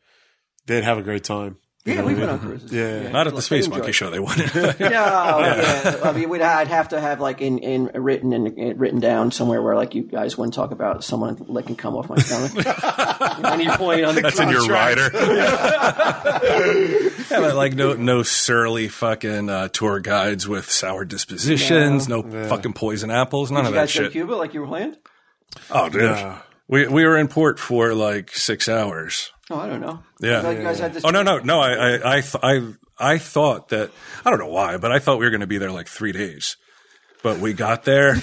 they'd have a great time. You Yeah, know we've what been I on mean? cruises. Yeah. Not at the Space enjoy Monkey it. Show, they wouldn't. No, yeah. I mean, we'd, I'd have to have like in, in written and in, written down somewhere where like you guys wouldn't talk about someone licking cum off my stomach. At any point on the That's in your contract. rider. yeah, but like no no surly fucking uh, tour guides with sour dispositions, no fucking poison apples, none Did of you that guys go shit. to Cuba like you were planned? Oh, dude. We, we were in port for like six hours. Oh, I don't know. Yeah. I thought you guys had this. Oh, no, no, no. I, I, I, th- I, I thought that, I don't know why, but I thought we were going to be there like three days. but we got there.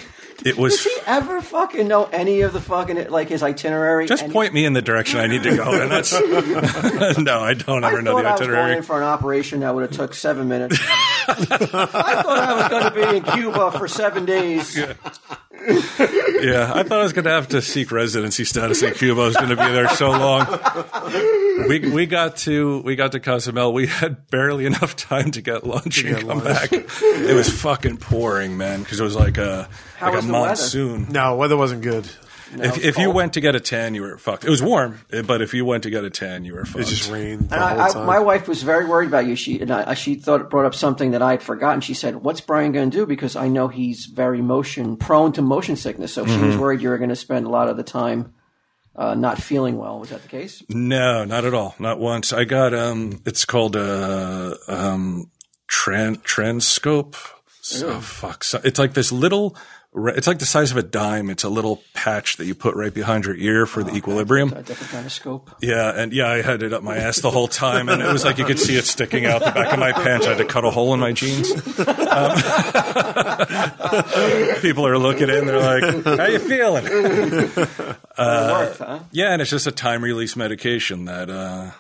It was. Does he ever fucking know any of the fucking like his itinerary? Just Any- point me in the direction I need to go, and that's no, I don't I ever thought know the I was going itinerary. in for an operation that would have took seven minutes. I thought I was going to be in Cuba for seven days. Yeah, I thought I was going to have to seek residency status in Cuba. I was going to be there so long. We we got to we got to Cozumel. We had barely enough time to get lunch and come back. It was fucking pouring, man, because it was like a How like was a the weather? monsoon. No, weather wasn't good. if if you cold. went to get a tan, you were fucked. It was warm, but if you went to get a tan, you were fucked. It just rained the And whole I, I, time. my wife was very worried about you. She and I, she thought brought up something that I had forgotten. She said, "What's Brian going to do?" Because I know he's very motion prone to motion sickness. So she Mm-hmm. was worried you were going to spend a lot of the time uh, not feeling well. Was that the case? No, not at all. Not once. I got um it's called uh um tran transcope. So fuck. So, it's like this little re- it's like the size of a dime. It's a little patch that you put right behind your ear for the equilibrium. A different kind of scope. Yeah, and yeah, I had it up my ass the whole time, and it was like you could see it sticking out the back of my pants. I had to cut a hole in my jeans. Um, people are looking in, they're like, "How you feeling?" Uh, It worked, huh? Yeah, and it's just a time release medication that uh,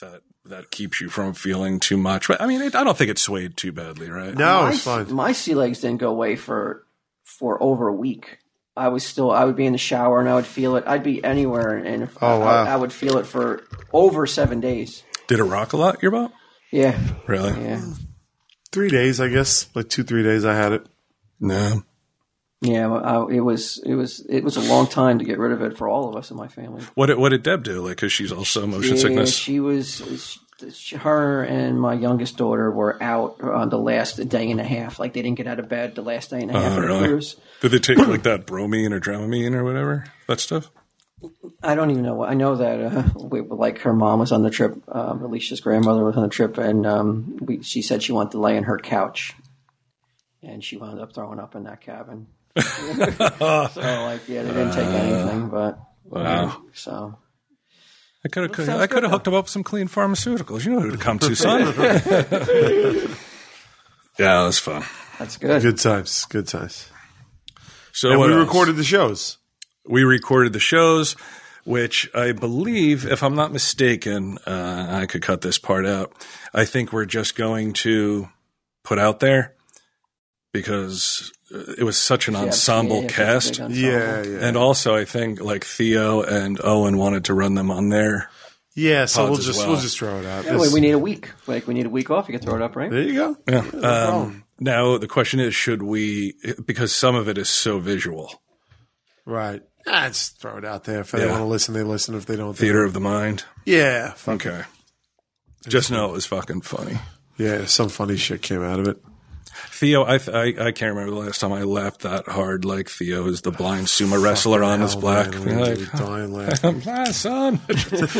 that that keeps you from feeling too much. But I mean, it, I don't think it swayed too badly, right? no, my, Oh, it's fine. my sea legs didn't go away for for over a week. I was still I would be in the shower and I would feel it. I'd be anywhere and if Oh, wow. I, I would feel it for over seven days. Did it rock a lot, your boat? Yeah, Really? yeah, Three days, I guess. Like two, three days, I had it. No. yeah. well, I, it was it was it was a long time to get rid of it for all of us in my family. What did, what did Deb do? Like, cause she's also motion Yeah, sickness. she was. She, her and my youngest daughter were out on the last day and a half. Like they didn't get out of bed the last day and a half Oh, of the really? cruise. Did they take like that bromine or dramamine or whatever that stuff? I don't even know. what- I know that uh, we, like her mom was on the trip. Um, Alicia's grandmother was on the trip, and um, we, she said she wanted to lay on her couch, and she wound up throwing up in that cabin. so like, yeah, they didn't take anything, but Wow. so I could have I could have hooked him up with some clean pharmaceuticals. You know who to come to, son. yeah, that was fun. that's good. Good times. Good times. So And what we else? recorded the shows. we recorded the shows, which I believe, if I'm not mistaken, uh, I could cut this part out. I think we're just going to put out there because uh, it was such an Yeah, ensemble yeah, yeah, cast. big ensemble. Yeah, yeah. And also, I think like Theo and Owen wanted to run them on there. yeah, so Pods we'll as just well. we'll just throw it out. Anyway, This- we need a week. Like we need a week off. You can throw it up, right? there you go. Yeah. Um, now the question is, should we? Because some of it is so visual, Right. Ah, just throw it out there. If Yeah. they want to listen, they listen. If they don't, they theater of the mind. Yeah. fuck Okay. Just know it was fucking funny. Yeah, some funny shit came out of it. Theo, I, th- I I can't remember the last time I laughed that hard. Like Theo is the blind sumo wrestler on his Hell, black. Oh, man, we You're were like, dying laugh. "Ah, son,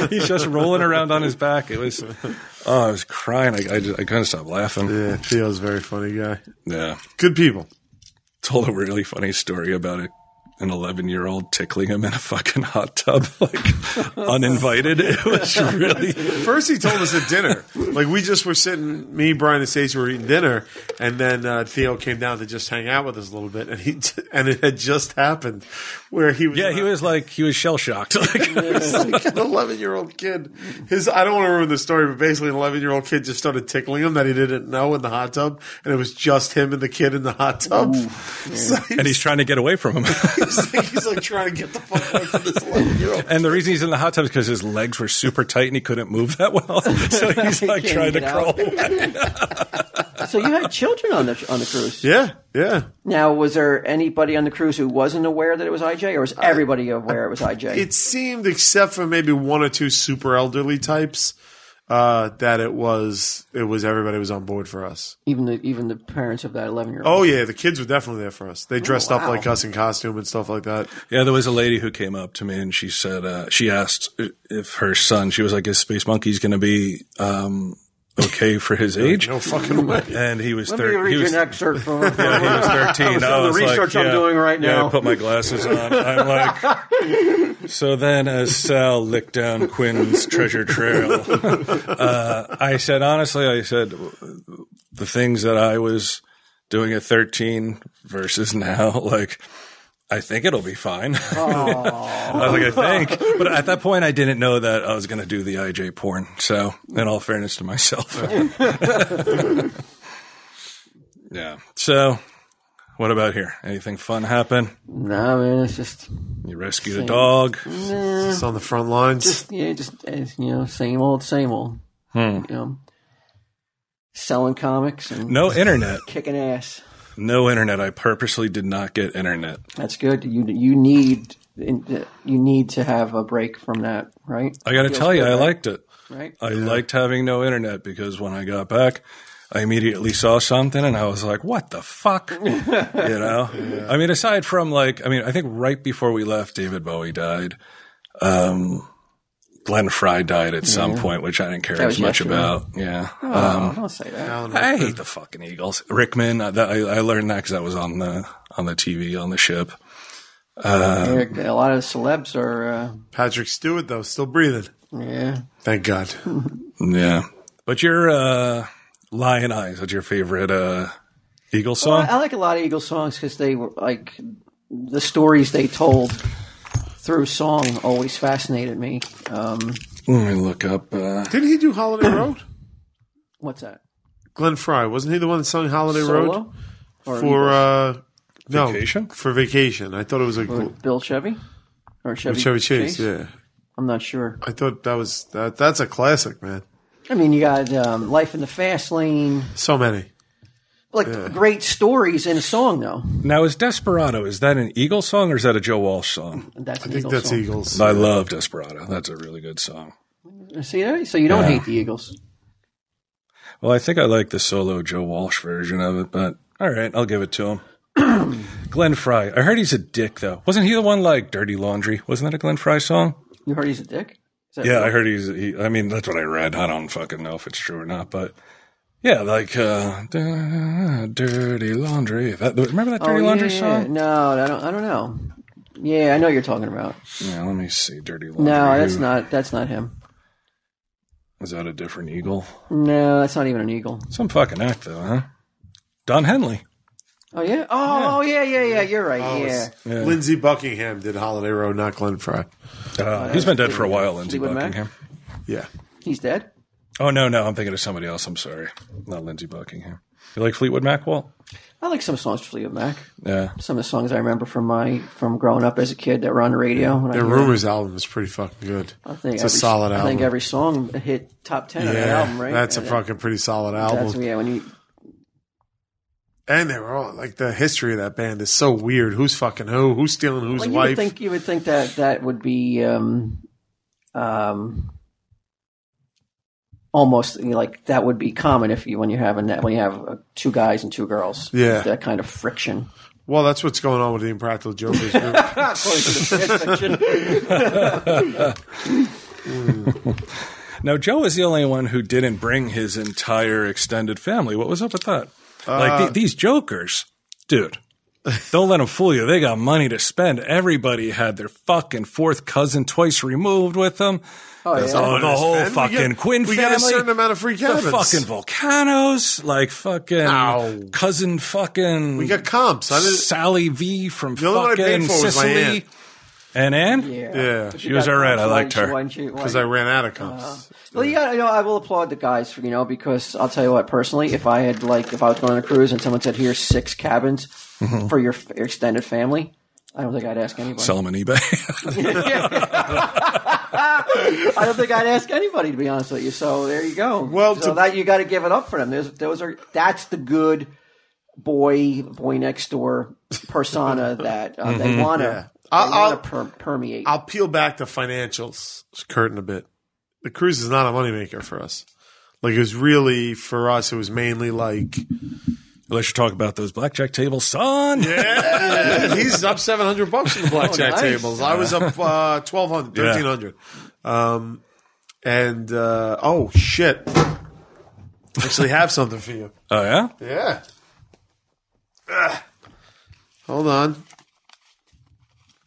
he's just rolling around on his back. It was, oh, I was crying. I I, just- I couldn't stop laughing. Yeah. Yeah, Theo's a very funny guy. Good people. told a really funny story about it. An 11 year old tickling him in a fucking hot tub, like uninvited. It was really, First, he told us at dinner. Like we just were sitting, me, Brian, and Stacey were eating dinner, and then uh, Theo came down to just hang out with us a little bit, and he t- and it had just happened where he was. yeah, he was like, he was shell shocked. like an eleven year old kid. His I don't want to ruin the story, but basically, an eleven year old kid just started tickling him that he didn't know in the hot tub, and it was just him and the kid in the hot tub. So and he's trying to get away from him. he's, like, he's like trying to get the fuck away from this eleven year old. And the reason he's in the hot tub is because his legs were super tight and he couldn't move that well. So he's He like can't trying to get crawl. out. away. So you had children on the on the cruise. Yeah, yeah. Now, was there anybody on the cruise who wasn't aware that it was IJ, or was everybody aware it was IJ? It seemed, except for maybe one or two super elderly types, uh, that it was it was everybody was on board for us. even the even the parents of that eleven year old. Oh yeah, the kids were definitely there for us. They dressed up wow. like us in costume and stuff like that. Yeah, there was a lady who came up to me and she said, uh, she asked if her son, she was like, is Space Monkey's going to be um, okay for his age? No fucking way. And Oh, he was Let me 30. read He was, an excerpt from. yeah, he was 13. I doing the was like, research I'm yeah, doing right yeah, now. I put my glasses on. I'm like, so then as Sal licked down Quinn's treasure trail, uh, I said, honestly, I said, the things that I was doing a 13 versus now. Like, I think it'll be fine. I was like, I think. But at that point, I didn't know that I was going to do the IJ porn. So, in all fairness to myself. yeah. So, what about here? Anything fun happen? No, man, it's just You rescued a dog. Mm-hmm. It's on the front lines. yeah, just it's, you know, same old, same old. You know, selling comics and Hmm. No internet. kicking ass. No internet. I purposely did not get internet. That's good. You you need uh, you need to have a break from that, right? I got to tell you, I liked it. Right. I liked having no internet because when I got back, I immediately saw something and I was like, what the fuck? you know? I mean, aside from like, I mean, I think right before we left, David Bowie died. Um, Glenn Fry died at some point, which I didn't care as was much yesterday. about. Yeah. Oh, don't say that. I hate the fucking Eagles. Rickman, uh, that, I, I learned that because I was on the, on the TV, on the ship. uh, Eric, a lot of celebs are, uh, Patrick Stewart though, still breathing. yeah. Thank God. Yeah. But your, uh, Lion Eyes, that's your favorite, uh, Eagle song? I, I like a lot of Eagles songs because they were like the stories they told through song always fascinated me. Um, Let me look up. Uh, Didn't he do Holiday Road? what's that? Glenn Fry wasn't he the one that sung Holiday Road Solo or for uh, no Vacation? for vacation? I thought it was a Eagles? Bill Chevy or Chevy, Chevy Chase. Yeah, I'm not sure. I thought that was that, that's a classic, man. I mean, you got um, Life in the Fast Lane, So many. like great stories in a song though. now, is Desperado, is that an Eagle song or is that a Joe Walsh song? That's an I think Eagles that's song. Eagles. I love Desperado. That's a really good song. See there? So you don't Yeah. hate the Eagles. Well, I think I like the solo Joe Walsh version of it, but all right, I'll give it to him. Glenn Fry. I heard he's a dick, though. Wasn't he the one like Dirty Laundry? Wasn't that a Glenn Fry song? You heard he's a dick. Is that Yeah, real? I heard he's. He, I mean, that's what I read. I don't fucking know if it's true or not, but yeah, like uh, da- Dirty Laundry. That, remember that Oh, Dirty Laundry yeah. song? No, I don't. I don't know. Yeah, I know what you're talking about. Yeah, let me see. Dirty Laundry. No, that's Who- not. That's not him. Is that a different Eagle? No, that's not even an eagle. Some fucking act, though, huh? Don Henley. Oh yeah. Oh yeah, yeah, yeah. You're right. Oh, yeah. Yeah. Lindsey Buckingham did Holiday Road, not Glenn Fry. Uh, he's been dead for a while, Lindsey Oh, Fleetwood Mac? Buckingham. Yeah, He's dead. Oh, no, no. I'm thinking of somebody else. I'm sorry. Not Lindsey Buckingham. You like Fleetwood Mac, Walt? I like some songs from Fleetwood Mac. Yeah. Some of the songs I remember from my from growing up as a kid that were on the radio. When their I, Rumors album is pretty fucking good. I think it's every, a solid I album. think every song hit top ten on that yeah, album, right? that's a And fucking pretty solid That's album. yeah. When you And they were all like the history of that band is so weird. Who's fucking who? Who's stealing whose well, you would wife? think you would think that that would be um, um, almost you know, like that would be common if you when you have a net when you have uh, two guys and two girls. Yeah. that kind of friction. well, that's what's going on with the Impractical Jokers. group. Now, Joe is the only one who didn't bring his entire extended family. What was up with that? like, Uh, the, these jokers, dude. Don't let them fool you. They got money to spend. Everybody had their fucking fourth cousin twice removed with them. Oh, yeah. Oh, the whole And we fucking get- Quinn we family. get a certain amount of free cabins. The fucking volcanoes, like fucking Ow. cousin fucking we got comps. I didn't, Sally V from The only one I paid fucking for was my Sicily. aunt. And Ann? yeah, She was all right. I liked her. because I ran out of comps. Uh-huh. Well, yeah, you know, I will applaud the guys for you know because I'll tell you what, personally, if I had like if I was going on a cruise and someone said here's six cabins for your, f- your extended family, I don't think I'd ask anybody. Sell them on eBay. I don't think I'd ask anybody to be honest with you. So there you go. Well, so to- that you got to give it up for them. Those, those are that's the good boy, boy next door persona that uh, they want to. They I'll- want I'll- to per- permeate. I'll peel back the financials curtain a bit. The cruise is not a moneymaker for us. Like it was really for us. It was mainly like Unless you talk about those blackjack tables, son. Yeah. he's up seven hundred bucks in the blackjack Oh, nice. tables. I was up uh, 1,200, Yeah. 1,300. Um, and uh, oh shit, I actually have something for you. Oh, yeah? Yeah. Ugh. Hold on.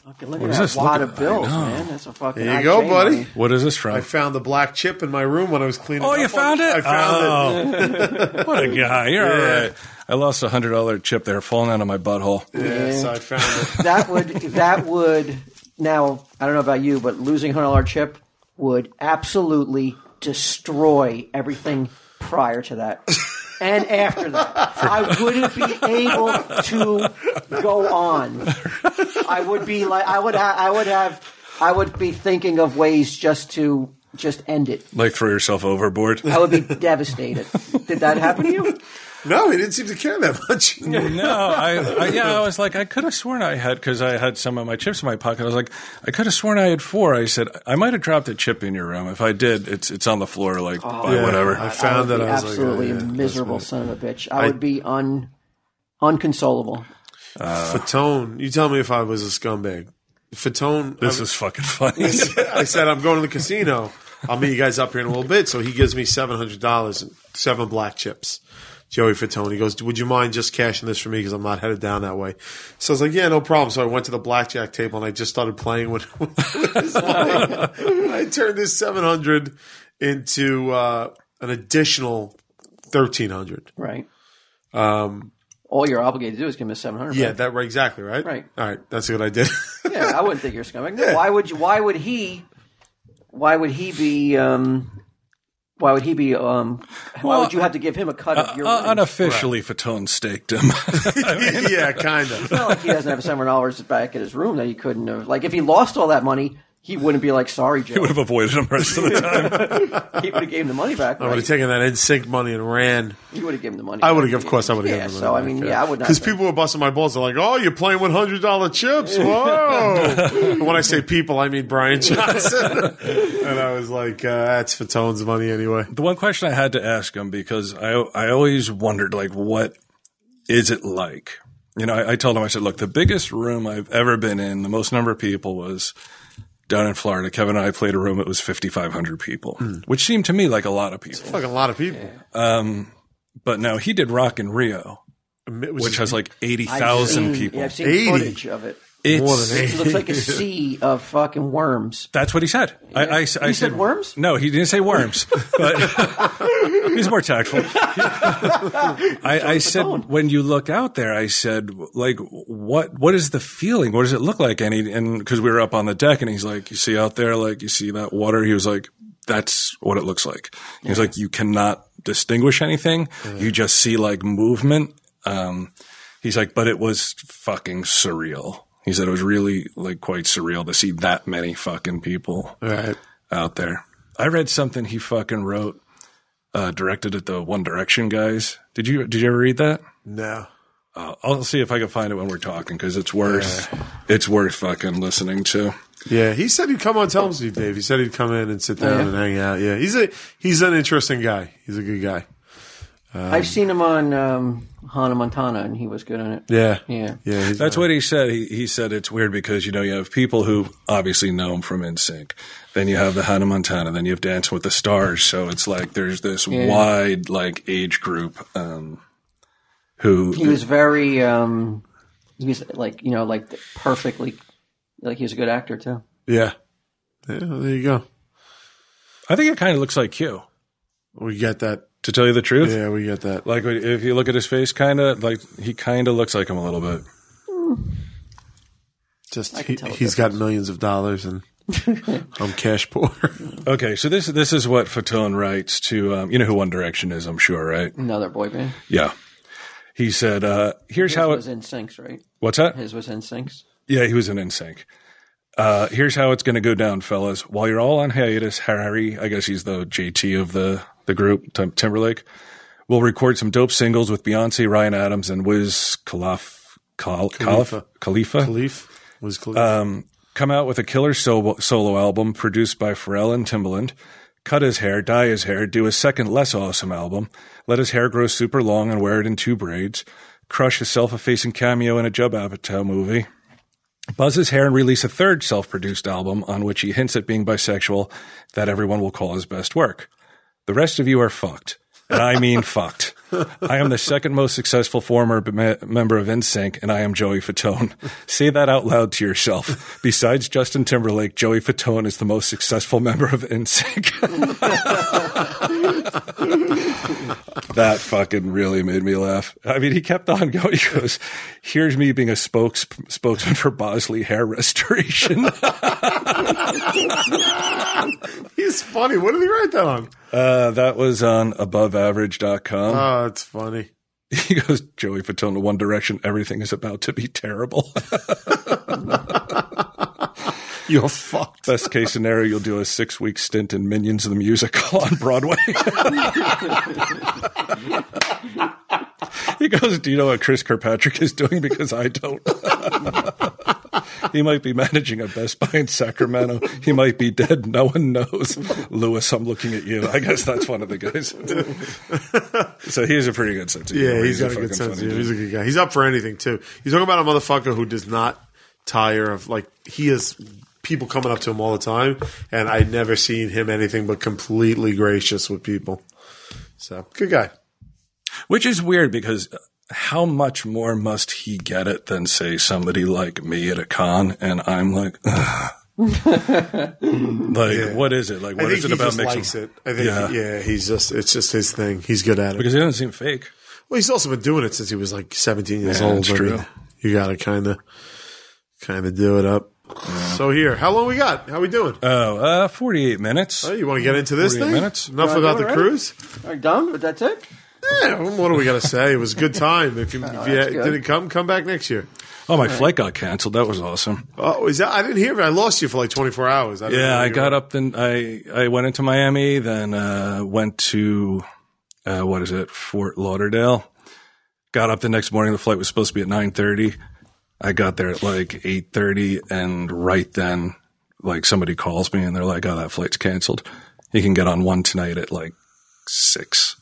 Fucking look at this that wad look- of bills, I know. man. That's a fucking. There you IJ go, buddy. money. What is this from? I found the black chip in my room when I was cleaning. oh, up you on- found it? I found it. oh. it. what a guy. You're all right. I lost a hundred dollar chip there, falling out of my butthole. Yes, I found it. that would that would now I don't know about you, but losing hundred dollar chip would absolutely destroy everything prior to that. And after that, I wouldn't be able to go on. I would be like, I would, ha- I would have, I would be thinking of ways just to just end it. Like throw yourself overboard. I would be devastated. Did that happen to you? No, he didn't seem to care that much. No, I, I yeah, I was like, I could have sworn I had because I had some of my chips in my pocket. I was like, I could have sworn I had four. I said, I might have dropped a chip in your room. If I did, it's it's on the floor, like by Oh, Yeah, whatever. I found would that. be I was absolutely like, oh, yeah, a that's miserable right. son of a bitch. I, would be un unconsolable. Fatone. You tell me if I was a scumbag. Fatone. this I, is fucking funny. I said I'm going to the casino. I'll meet you guys up here in a little bit. So he gives me seven hundred dollars and seven black chips. Joey Fatone. He goes, "Would you mind just cashing this for me because I'm not headed down that way?" So I was like, "Yeah, no problem." So I went to the blackjack table and I just started playing with. with his money. I turned this seven hundred into uh, an additional thirteen hundred. Right. Um, All you're obligated to do is give him a seven hundred. Um, Yeah, that right. Exactly right. Right. All right. That's what I did. yeah. I wouldn't think you're a scumbag. Why would you? Why would he? Why would he be? Um, why would he be? Um, why would you have to give him a cut of your? Uh, money? unofficially, Fatone staked him. yeah, kind of. It's not like he doesn't have seven dollars back at his room that he couldn't have. Like if he lost all that money, he wouldn't be like sorry, Joe. would have avoided him the rest of the time. He would have gave him the money back. I would Right? have taken that NSYNC money and ran. he would have given him the money. I back. would have, of course, I would have. Yeah, so, I mean, yeah, I would not Because have- people were busting my balls. They're like, "Oh, you're playing with hundred dollar chips." Whoa! and when I say people, I mean Brian Johnson. and I was like, uh, "That's Fatone's money anyway." the one question I had to ask him because I I always wondered like what is it like? You know, I, I told him I said, look, the biggest room I've ever been in, the most number of people was down in Florida. Kevin and I played a room; it was fifty five hundred people, which seemed to me like a lot of people. Fucking a lot of people. But now he did Rock in Rio, It was which has like eighty I've thousand seen- people. Yeah, I've seen 80. footage of it. it's, more than eight. It looks like a sea of fucking worms. That's what he said. I, I, I He said worms? No, he didn't say worms, but he's more tactful. I, I said when you look out there, I said like what what is the feeling? What does it look like? And he, and because we were up on the deck, and he's like, you see out there, like you see that water. He was like, that's what it looks like. He was like, you cannot distinguish anything. You just see like movement. Um, he's like, but it was fucking surreal. He said it was really like quite surreal to see that many fucking people Right. out there. I read something he fucking wrote, uh, directed at the One Direction guys. Did you did you ever read that? No. Uh, I'll see if I can find it when we're talking because it's worth it's worth fucking listening to. Yeah, he said he'd come on Telmsy, Dave. He said he'd come in and sit down yeah? and hang out. Yeah, he's a he's an interesting guy. He's a good guy. I've seen him on um, Hannah Montana, and he was good on it. Yeah. Yeah. Yeah. He's That's what he said. He, he said it's weird because you know you have people who obviously know him from NSYNC, then you have the Hannah Montana, then you have Dancing with the Stars. So it's like there's this wide like age group um, who He was very, um, he was like, you know, like perfectly, like he was a good actor too. Yeah. Yeah. There you go. I think it kind of looks like you. We get that. To tell you the truth, Yeah, we get that. Like if you look at his face, kind of like he kind of looks like him a little bit. Just can he, tell the he's got millions of dollars and I'm cash poor. Okay, so this this is what Fatone writes to um, you know who One Direction is, I'm sure, right? Another boy band. Yeah, he said, uh, "Here's His how was it, in syncs, right? what's that? His was in syncs. Yeah, he was in NSYNC. Uh, here's how it's going to go down, fellas. While you're all on hiatus, Harry, I guess he's the JT of the, the group, Tim- Timberlake, will record some dope singles with Beyonce, Ryan Adams, and Wiz Khalif, Khal, Khalifa. Khalifa. Khalif was Khalif. come out with a killer solo, solo album produced by Pharrell and Timbaland, cut his hair, dye his hair, do a second less awesome album, let his hair grow super long and wear it in two braids, crush a self-effacing cameo in a Judd Apatow movie, buzz his hair and release a third self-produced album on which he hints at being bisexual that everyone will call his best work. The rest of you are fucked. And I mean fucked. I am the second most successful former me- member of NSYNC, and I am Joey Fatone. Say that out loud to yourself. Besides Justin Timberlake, Joey Fatone is the most successful member of NSYNC. that fucking really made me laugh. I mean, he kept on going. He goes, "Here's me being a spokes- spokesman for Bosley hair restoration." He's funny. What did he write that on? uh, that was on AboveAverage.com. Oh, it's funny. He goes, Joey Fatone, One Direction, everything is about to be terrible. You're fucked. Best case scenario, you'll do a six week stint in Minions the Musical on Broadway. he goes, Do you know what Chris Kirkpatrick is doing? Because I don't. he might be managing a Best Buy in Sacramento. He might be dead. No one knows. Lewis, I'm looking at you. I guess that's one of the guys. so he has a pretty good sense of humor. Yeah, he's got a fucking good sense of funny humor. dude. He's a good guy. He's up for anything too. He's talking about a motherfucker who does not tire of like he is people coming up to him all the time, and I never seen him anything but completely gracious with people. So good guy. Which is weird because how much more must he get it than say somebody like me at a con and I'm like ugh. like what is it like I what think is he it about just makes likes him- it. I think Yeah. yeah. he's just it's just his thing. He's good at it. because it doesn't seem fake well, he's also been doing it since he was like 17 years Yeah, old. that's I mean, true. you got to kind of kind of do it up. So here, how long we got? How we doing? oh uh 48 minutes Hey, you want to get into this 48 thing? minutes. Enough Wanna about do the it already? cruise. Are you done? But that's it. Yeah, what do we got to say? It was a good time. If you, if you Oh, that's good. didn't come, come back next year. oh my flight got canceled that was awesome Oh, is that? I didn't hear. it. I lost you for like 24 hours. I didn't know yeah I you got were- up then I I went into Miami then uh went to uh what is it Fort Lauderdale got up the next morning the flight was supposed to be at 9:30 I got there at like 8:30 and right then like somebody calls me and they're like, "Oh, that flight's canceled. You can get on one tonight at like six.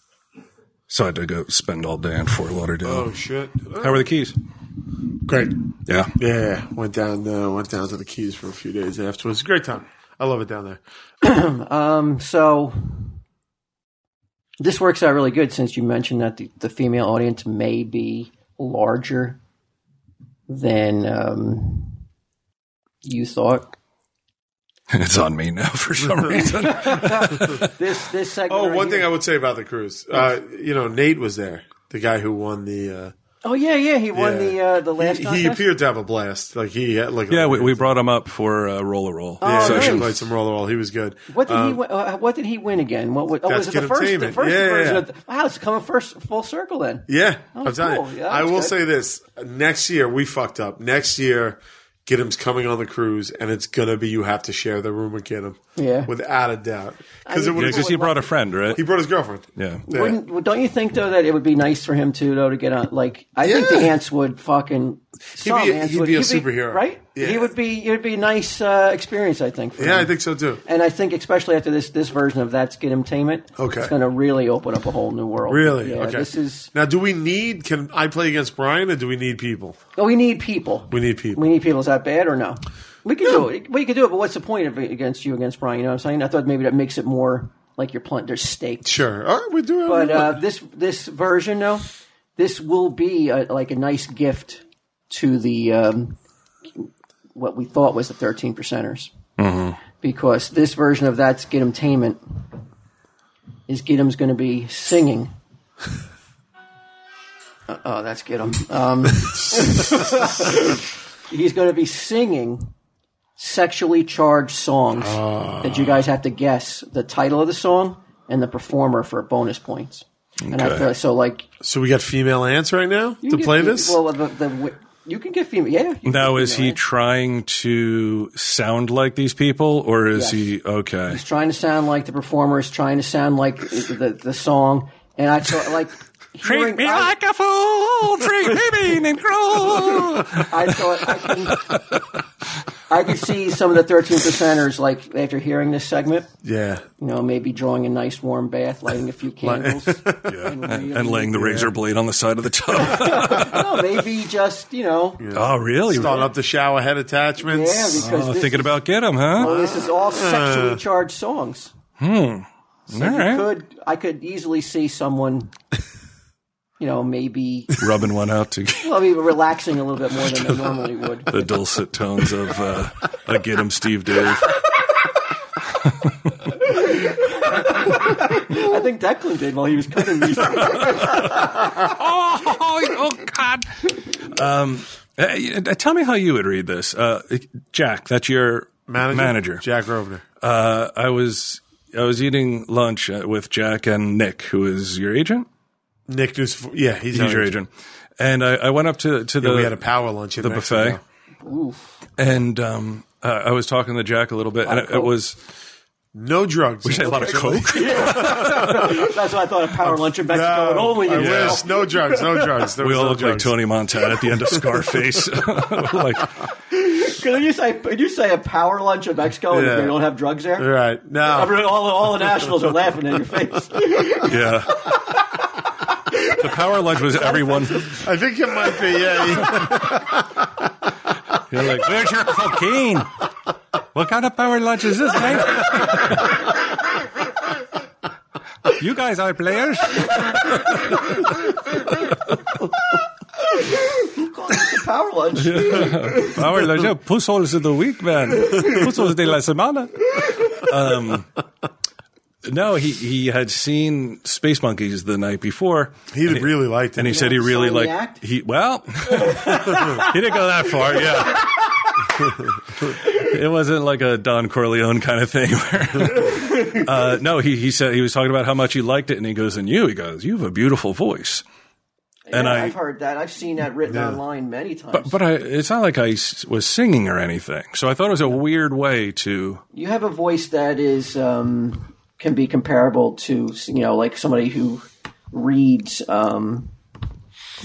So I had to go spend all day in Fort Lauderdale. Oh shit! How were the keys? Great. Yeah, Yeah, went down. Uh, went down to the Keys for a few days afterwards. Great time. I love it down there. Um, so this works out really good since you mentioned that the, the female audience may be larger than um, you thought. it's on me now for some reason. This this segment. Oh, one right thing here- I would say about the cruise. Uh, you know, Nate was there. The guy who won the. Uh, oh yeah, yeah. He won yeah. the uh, the last. He, he contest? appeared to have a blast. Like he had like. a- yeah, we, we brought him up for uh, roller roll. Yeah, Oh, we nice. should play some roller roll. He was good. What did he Um, win? Uh, what did he win again? What was, oh, was That's it the Kid first? The Entertainment. first Yeah, yeah, version yeah. of the, wow, it's coming first full circle then. Yeah, I'm was telling Oh, cool. you. Yeah, that I was will good. say this: next year we fucked up. Next year, Giddim's coming on the cruise, and it's gonna be you have to share the room with Gidim. Yeah. without a doubt, because I it mean, would Yeah, have. because he brought a friend, right? he brought his girlfriend. Yeah. Yeah. Wouldn't, well, don't you think though that it would be nice for him too though to get on? Like I think the Yeah. ants would fucking. Some be- ants he'd would, be a superhero. right? Yeah. He would be. It would be a nice uh, experience, I think. For Yeah, him. I think so too. and I think especially after this this version of that's get entertainment. Okay. it's going to really open up a whole new world. Really? Yeah, okay. This is. now. Do we need? Can I play against Brian, or do we need people? Well, we need people. We need people. We need people. Is that bad or no? We could do it. We could do it. But what's the point of it against you against Brian? You know what I'm saying? I thought maybe that makes it more like you're playing. There's stakes. sure. All right, we do it. But uh, this this version though, this will be a, like a nice gift to the um, what we thought was the 13 percenters. Because this version of that's Gidim Tainment is Gidim's going to be singing. Uh, oh, that's Gidim. Um, he's going to be singing sexually charged songs Ah. that you guys have to guess the title of the song and the performer for bonus points. And I Okay. feel so like so we got female ants right now you to can play get- this. Well, the, the, you can get female. Yeah. you can Now, get is female, he right? trying to sound like these people, or is Yes. he okay? trying to sound like the performer? Is trying to sound like the the song? And I felt like. hearing- I- a fool, treat me mean and cruel. I thought I can, I could see some of the thirteen percenters like after hearing this segment, yeah. you know, maybe drawing a nice warm bath, lighting a few candles, and, really- And laying the razor blade on the side of the tub. no, maybe just you know, yeah, oh, really? Start up the shower head attachments. because Oh, this, thinking about get him, huh? this is all sexually charged songs. All right. Could I could easily see someone you know, maybe Rubbing one out to well, maybe relaxing a little bit more than they normally would. the dulcet tones of uh, a get 'em Steve Dave. I think Declan did while he was cutting these. oh, oh, oh, God. Um, eh, eh, tell me how you would read this. Uh, Jack, that's your Manager, manager. Jack Rovner. Uh, I was I was eating lunch uh, with Jack and Nick, who is your agent. Nick News. Yeah, he's, He's your agent. And I, I went up to to the we had a power lunch at the buffet, Mexico. and um, uh, I was talking to Jack a little bit, and it, it was No drugs. we say a lot of coke. That's why I thought a power lunch in Mexico would only I in Mexico. wish. No drugs. No drugs. There We was all no look like drugs. Tony Montana at the end of Scarface. like, Could you say could you say a power lunch in Mexico and Yeah. they don't have drugs there? All right. Now, Everyone- all, all the nationals are laughing in your face. yeah. The power lunch was everyone. I think it might be. Yeah. yeah. You're like, where's your cocaine? What kind of power lunch is this, man? you guys are players. It's a power lunch. Power lunch, yeah, puss holes of the week, man. Puss holes de la semana. Um, no, he, he had seen Space Monkeys the night before. He really liked it. And he said he really sign the liked act? he well he didn't go that Oh, far, yeah. it wasn't like a Don Corleone kind of thing where- uh, no, he he said he was talking about how much he liked it and he goes, And you he goes, You have a beautiful voice. And Yeah, I- I've heard that. I've seen that written online many times. But I it's not like I s- was singing or anything. So I thought it was a weird way to you have a voice that is um, can be comparable to you know like somebody who reads um,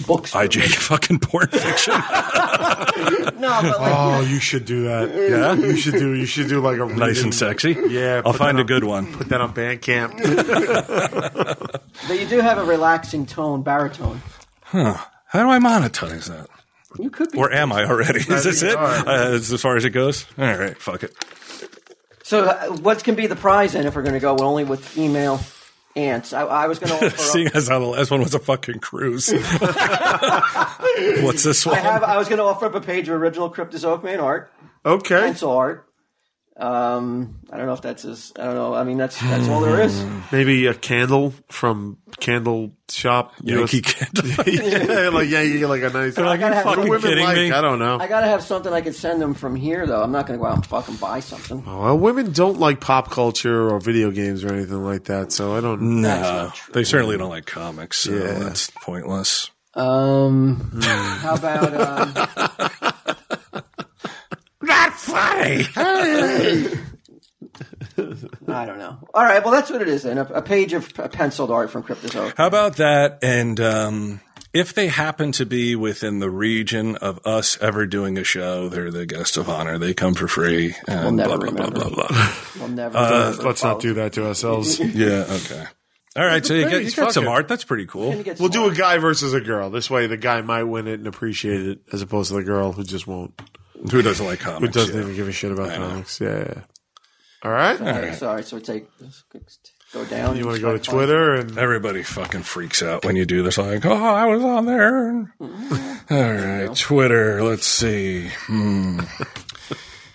books. IJ fucking porn fiction. no, but like Oh, you should do that. yeah. You should do. You should do like a Nice reading- and sexy. Yeah, I'll put find that a on- good one. Put that on Bandcamp. but you do have a relaxing tone, baritone. How do I monetize that? You could be. Or am I already? Is this you it? are. Uh, is as far as it goes? All right, fuck it. so, uh, what can be the prize then if we're going to go only with female ants? I, I was going to offer. Seeing up- as how the last one was a fucking cruise. What's this one? I have. I was going to offer up a page of original Cryptozoan art, Okay. pencil art. Um, I don't know if that's as I don't know. I mean, that's that's all there is. Hmm. Maybe a candle from Candle Shop. Yankee US- Candle. yeah, like yeah, you get like a nice. like, you gotta have- fucking Women kidding like, me? I don't know. I gotta have something I can send them from here, though. I'm not gonna go out and fucking buy something. Well, Uh, women don't like pop culture or video games or anything like that, so I don't. No, they certainly don't like comics, so Yeah. that's pointless. Um, how about um, That's funny. I don't know. All right, well that's what it is then. A, a page of p- penciled art from Cryptozoic. How about that? And um, if they happen to be within the region of us ever doing a show, they're the guest of honor. They come for free. And never blah, blah, blah, remember. blah, blah. We'll never. Uh, Let's not do that to ourselves. Yeah. Okay. All right. So you, get, you Thanks, got some fuck it. art. That's pretty cool. We'll do a guy versus a girl. This way, the guy might win it and appreciate it, as opposed to the girl who just won't, Who doesn't like who comics? doesn't yeah. even give a shit about know. comics. Yeah, yeah. All right. Sorry, sorry. So take go down. You want to go to Twitter and Everybody fucking freaks out when you do this. Like, oh, I was on there. All Mm-hmm. right, Twitter. Let's see. Hmm.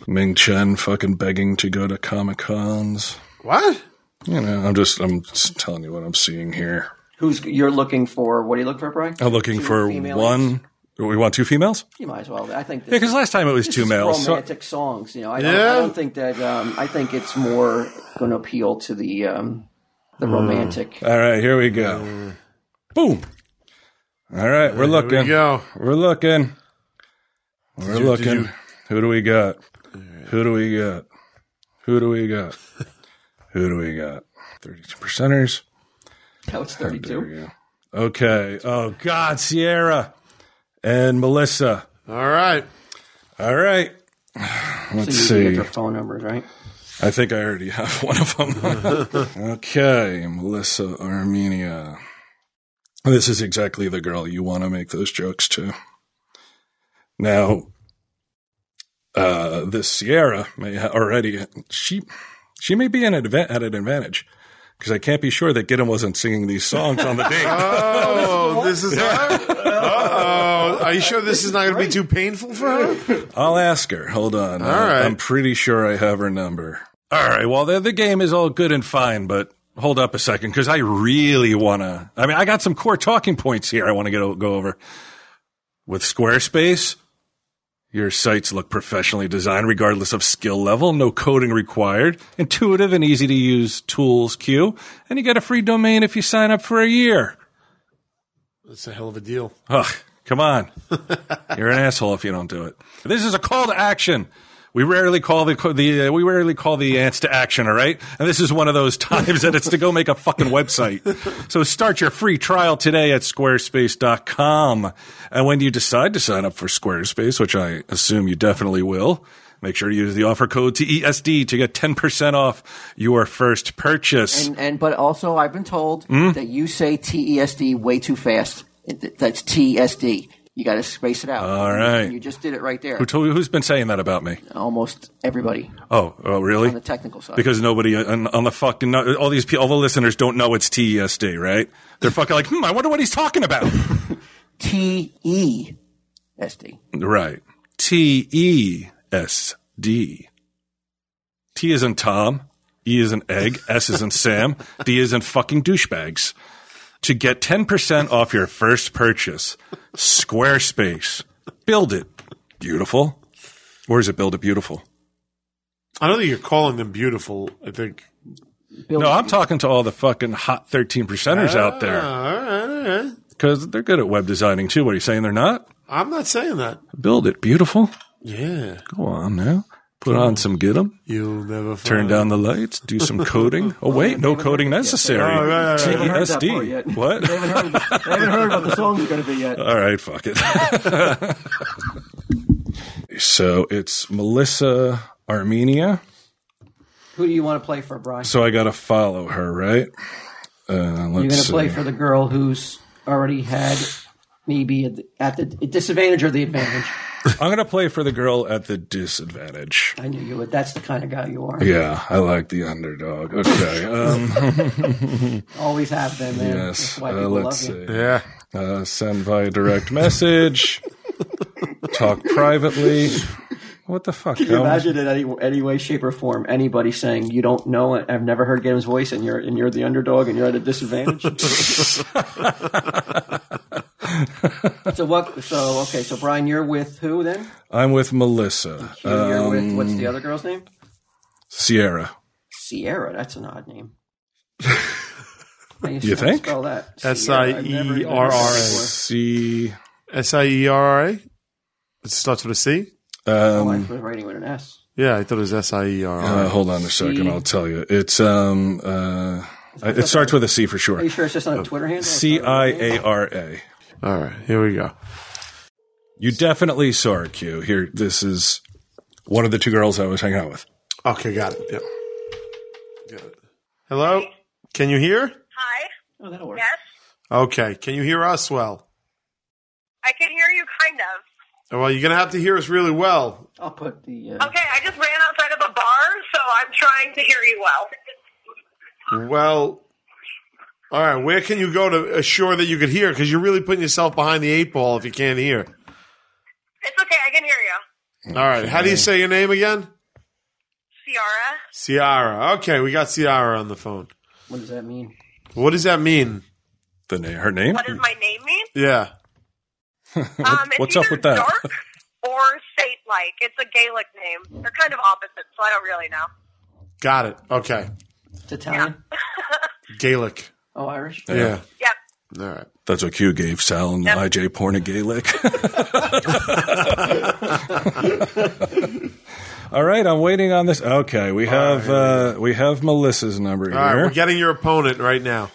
Ming Chen fucking begging to go to Comic Cons. what? You know, I'm just I'm just telling you what I'm seeing here. Who's you're looking for? What are you looking for, Brian? I'm looking Two for female one. We want two females. You might as well. I think. This, Yeah, because last time it was this two is males. So Romantic songs, you know. I don't, Yeah. I don't think that. Um, I think it's more going to appeal to the um, the Hmm. romantic. All right, here we go. Boom. All right, we're looking. There we go. We're looking. We're you- did looking. you- Who do we got? Who do we got? Who do we got? Who do we got? 32 percenters. Now it's There 32. we go. Okay. Oh, God, Sierra and Melissa. All right. All right. Let's So you can get see. their phone numbers, right? I think I already have one of them. okay, Melissa Armenia. This is exactly the girl you want to make those jokes to. Now, uh, this Sierra may ha- already she she may be an adva- at an advantage because I can't be sure that Gideon wasn't singing these songs on the date. Oh, this is her. Uh-oh. Are you sure this is not going to be too painful for her? I'll ask her. Hold on. I- right. I'm pretty sure I have her number. All right. Well, the, the game is all good and fine, but hold up a second because I really want to. I mean, I got some core talking points here I want to go, go over. With Squarespace, your sites look professionally designed regardless of skill level, no coding required, intuitive and easy to use tools, Q, and you get a free domain if you sign up for a year. That's a hell of a deal. Ugh, come on. You're an asshole if you don't do it. This is a call to action. We rarely call the, the uh, we rarely call the ants to action, all right? And this is one of those times that it's to go make a fucking website. So start your free trial today at squarespace.com. And when you decide to sign up for Squarespace, which I assume you definitely will, make sure to use the offer code TESD to get 10% off your first purchase. And, and but also, I've been told Hmm? that you say TESD way too fast. It- That's TSD. You got to space it out. all right. You just did it right there. Who told you, who's been saying that about me? Almost everybody Oh, oh really? on the technical side. Because nobody uh, on, on the fucking all these people, all the listeners don't know it's TESD, right? They're fucking like, hmm, I wonder what he's talking about. T E S D. right? T E S D. T is in Tom. E is in egg. S is in Sam. D is in fucking douchebags. To get ten percent off your first purchase, Squarespace, build it beautiful, or is it build it beautiful? I don't think you're calling them beautiful. I think. No, I'm talking to all the fucking hot thirteen percenters out there. Ah, all right, all right. Because they're good at web designing too. What are you saying? They're not? I'm not saying that. Build it beautiful. Yeah. Go on now. Put on some get 'em. You'll never find Turn down the lights. Do some coding. Oh wait, no coding Oh, necessary. right, right, right. They haven't heard that part TSD. yet. What? They haven't heard, they haven't heard what the songs are going to be yet. All right, fuck it. so it's Melissa Armenia. Who do you want to play for, Brian? So I gotta follow her, right? Uh, let's You're going to see. play for the girl who's already had maybe at the, at the disadvantage or the advantage. I'm gonna play for the girl at the disadvantage. I knew you would. That's the kind of guy you are. Yeah, I like the underdog. Okay. Um, Always have been there. yes. That's why Uh, people let's love you. see. Yeah. uh, send via direct message, talk privately. What the fuck? Can you How- imagine in any any way, shape, or form anybody saying you don't know it? I've never heard Game's voice, and you're and you're the underdog, and you're at a disadvantage. so what? So okay, so Brian, you're with who then? I'm with Melissa You're, you're with what's Um, the other girl's name? Sierra. Sierra. That's an odd name. How you how think? Spell that. S Sierra, I I've never E even R heard R that A. before. C. um, S I E R R A. It starts with a C. Oh, I Um, was writing with an S. Yeah, I thought it was S I E R R uh, A. hold on a second. I'll tell you. It's um. Uh, I- it starts with a C for Are you sure. sure it's just on a Twitter handle? It's Oh, C not a I real name? A R A. All right, here we go. You definitely saw her, Q. Here, this is one of the two girls I was hanging out with. Okay, got it. Yeah. Got it. Hello? Can you hear? Hi. Oh, that'll work. Yes, Okay. Can you hear us well? I can hear you kind of. Well, you're going to have to hear us really well. I'll put the. Oh. Uh, Okay, I just ran outside of a bar, so I'm trying to hear you well. Well, all right. Where can you go to assure that you could hear? Because you're really putting yourself behind the eight ball if you can't hear. It's okay, I can hear you. All right. How do you say your name again? Ciara, Ciara. Okay, we got Ciara on the phone. What does that mean? What does that mean? The na- her name. what does my name mean? Yeah. um, it's what's up either with that? Dark or saint-like. It's a Gaelic name. They're kind of opposite, so I don't really know. Got it. Okay. It's Italian. Gaelic. Oh, Irish. Yeah. Yep. All right. That's what Q gave Sal and IJ porn a Gaelic. All right, I'm waiting on this. Okay, we have uh, we have Melissa's number All right. here. We're getting your opponent right now.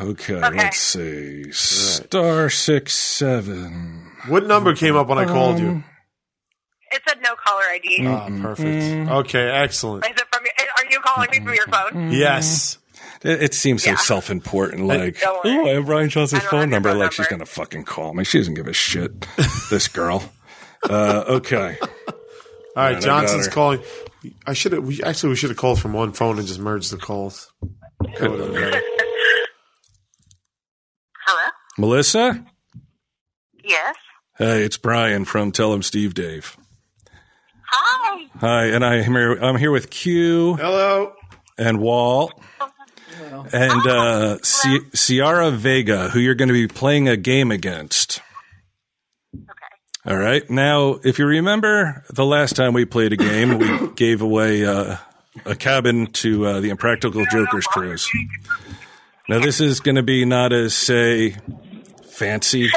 okay, let's see. Star six seven. What number came up when I called you? It said no caller ID. Ah, perfect. Okay, excellent. Is it from your, are you calling me from your Mm. phone? Yes. It, it seems so self-important. Like, Don't worry. oh, I have Ryan Johnson's I don't phone have your number. phone Like, she's number. gonna fucking call me. She doesn't give a shit. this girl. Uh, okay. All right, I got Johnson's her. calling. I should have. We, actually, we should have called from one phone and just merged the calls. Code or whatever. Hello? Melissa? Yes? Hey, it's Brian from Tell Him Steve Dave. Hi. Hi, and I am here, I'm here with Q Hello. and Wall and uh, C- Ciara Vega, who you're going to be playing a game against. Okay. All right. Now, if you remember the last time we played a game, we gave away uh, a cabin to uh, the Impractical Jokers cruise. Now, this is going to be not as, say, fancy.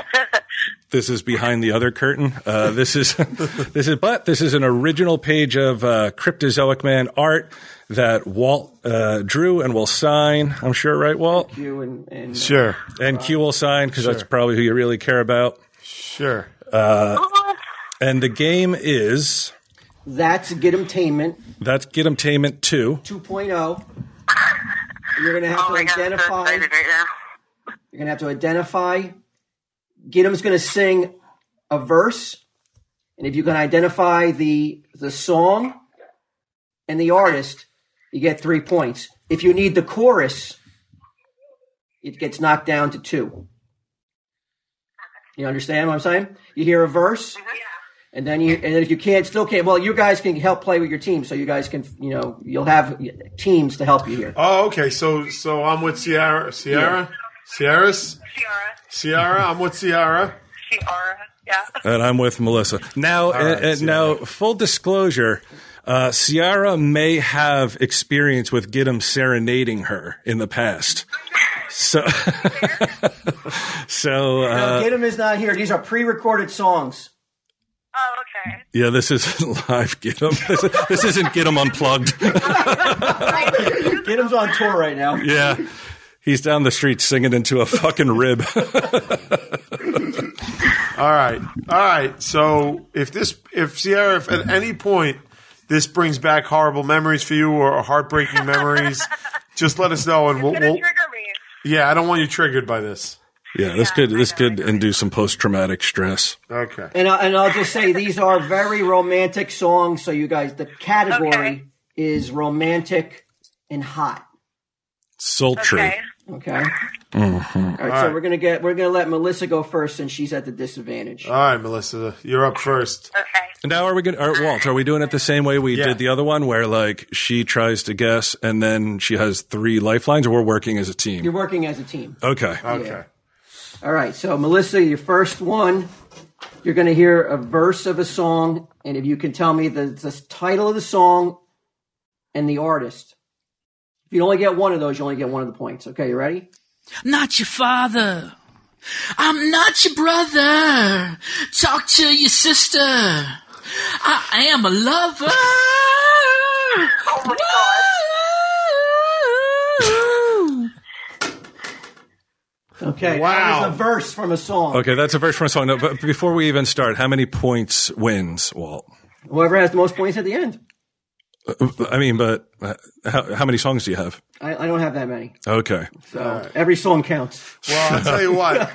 This is behind the other curtain. Uh, this is, this is, but this is an original page of uh, Cryptozoic Man art that Walt uh, drew and will sign. I'm sure, right, Walt? You and, and Sure. And Q will sign because that's probably who you really care about. Sure. And the game is That's Get 'em Tainment that's Get 'em Tainment 2. 2.0. oh. You're gonna have Oh to my God, I'm so identify. excited right now. You're gonna have to identify. Gitum's gonna sing a verse, and if you can identify the the song and the artist, you get three points. If you need the chorus, it gets knocked down to two. You understand what I'm saying? You hear a Mm-hmm. verse, and then you and then if you can't, still can't. Well, you guys can help play with your team, so you guys can you know you'll have teams to help you here. Oh, okay. So so I'm with Ciara. Ciara. Ciaris. Ciara. Ciara. I'm with Ciara. Ciara. Yeah. And I'm with Melissa. Now, and, and now full disclosure, uh, Ciara may have experience with Gidim serenading her in the past. So, so uh, Gitum is not here. These are pre-recorded songs. Oh, okay. yeah, this isn't live Gidim. This, is- this isn't Gidim unplugged. Gitum's on tour right now. Yeah. He's down the street singing into a fucking rib. All right. All right. So if this, if Sierra, if at any point this brings back horrible memories for you or heartbreaking memories, just let us know and we'll, Gonna we'll. trigger me. Yeah, I don't want you triggered by this. yeah, this could this could induce some post traumatic stress. Okay. And, I, and I'll just say these are very romantic songs. So you guys, the category Okay. is romantic and hot. Sultry. Okay. Okay. Mm-hmm. All right, So we're gonna get we're gonna let Melissa go first since she's at the disadvantage. All right, Melissa, you're up first. Okay. Now are we going to Walt? Are we doing it the same way we Yeah. did the other one, where like she tries to guess and then she has three lifelines, or we're working as a You're team? working as a team. Okay. Okay. All right. So Melissa, your first one, you're gonna hear a verse of a song, and if you can tell me the, the title of the song and the artist. If you only get one of those, you only get one of the points. Okay, you ready? not your father. I'm not your brother. Talk to your sister. I am a lover. Oh my God. Okay. Wow. That was a verse from a song. Okay, that's a verse from a song. No, but before we even start, how many points wins Walt? Whoever has the most points at the end. I mean, but uh, how, how many songs do you have? I, I don't have that many. Okay. So every song counts. Well, I'll tell you what.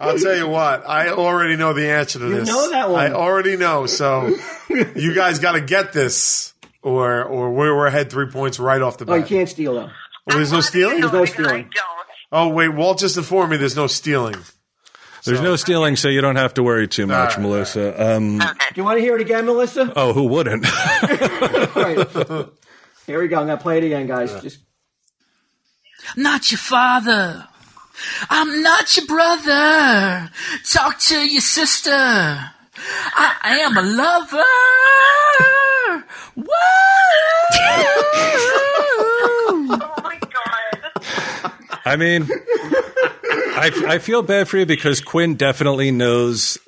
I'll tell you what. I already know the answer to this. know that one. I already know. So you guys got to get this, or or we're, we're ahead three points right off the Oh, you bat. can't steal though. Oh, there's no stealing. no because I stealing. don't. Oh wait, Walt just informed me there's no stealing. There's no stealing, so you don't have to worry too much, right, Melissa. Um, Do you want to hear it again, Melissa? oh, who wouldn't? All right. Here we go. I'm gonna play it again, guys. Just Not your father. I'm not your brother. Talk to your sister. I am a lover. Whoa! Oh my God. I mean, I, I feel bad for you because Quinn definitely knows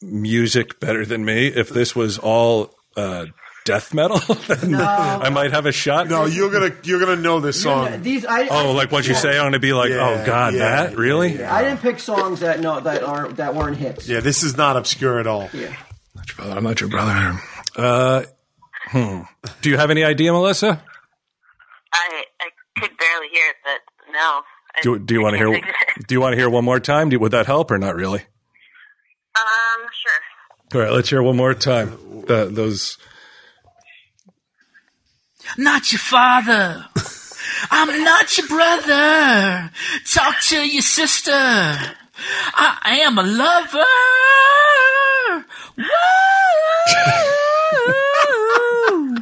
music better than me. If this was all uh, death metal, then I might have a shot. No, you're gonna you're gonna know this song. these. I, Oh, like what you say, I'm gonna be like, Yeah, oh god, yeah, that really? I, I didn't pick songs that no that aren't that weren't hits. Yeah, this is not obscure at all. Not your brother. I'm not your brother. Uh, hmm. Do you have any idea, Melissa? I, I could barely hear it, but no. I- Do, do you I want to can't hear? think of it. Do you want to hear one more time? Do, would that help or not really? Um, sure. All right, let's hear one more time. The, those. Not your father. I'm not your brother. Talk to your sister. I am a lover. Whoa.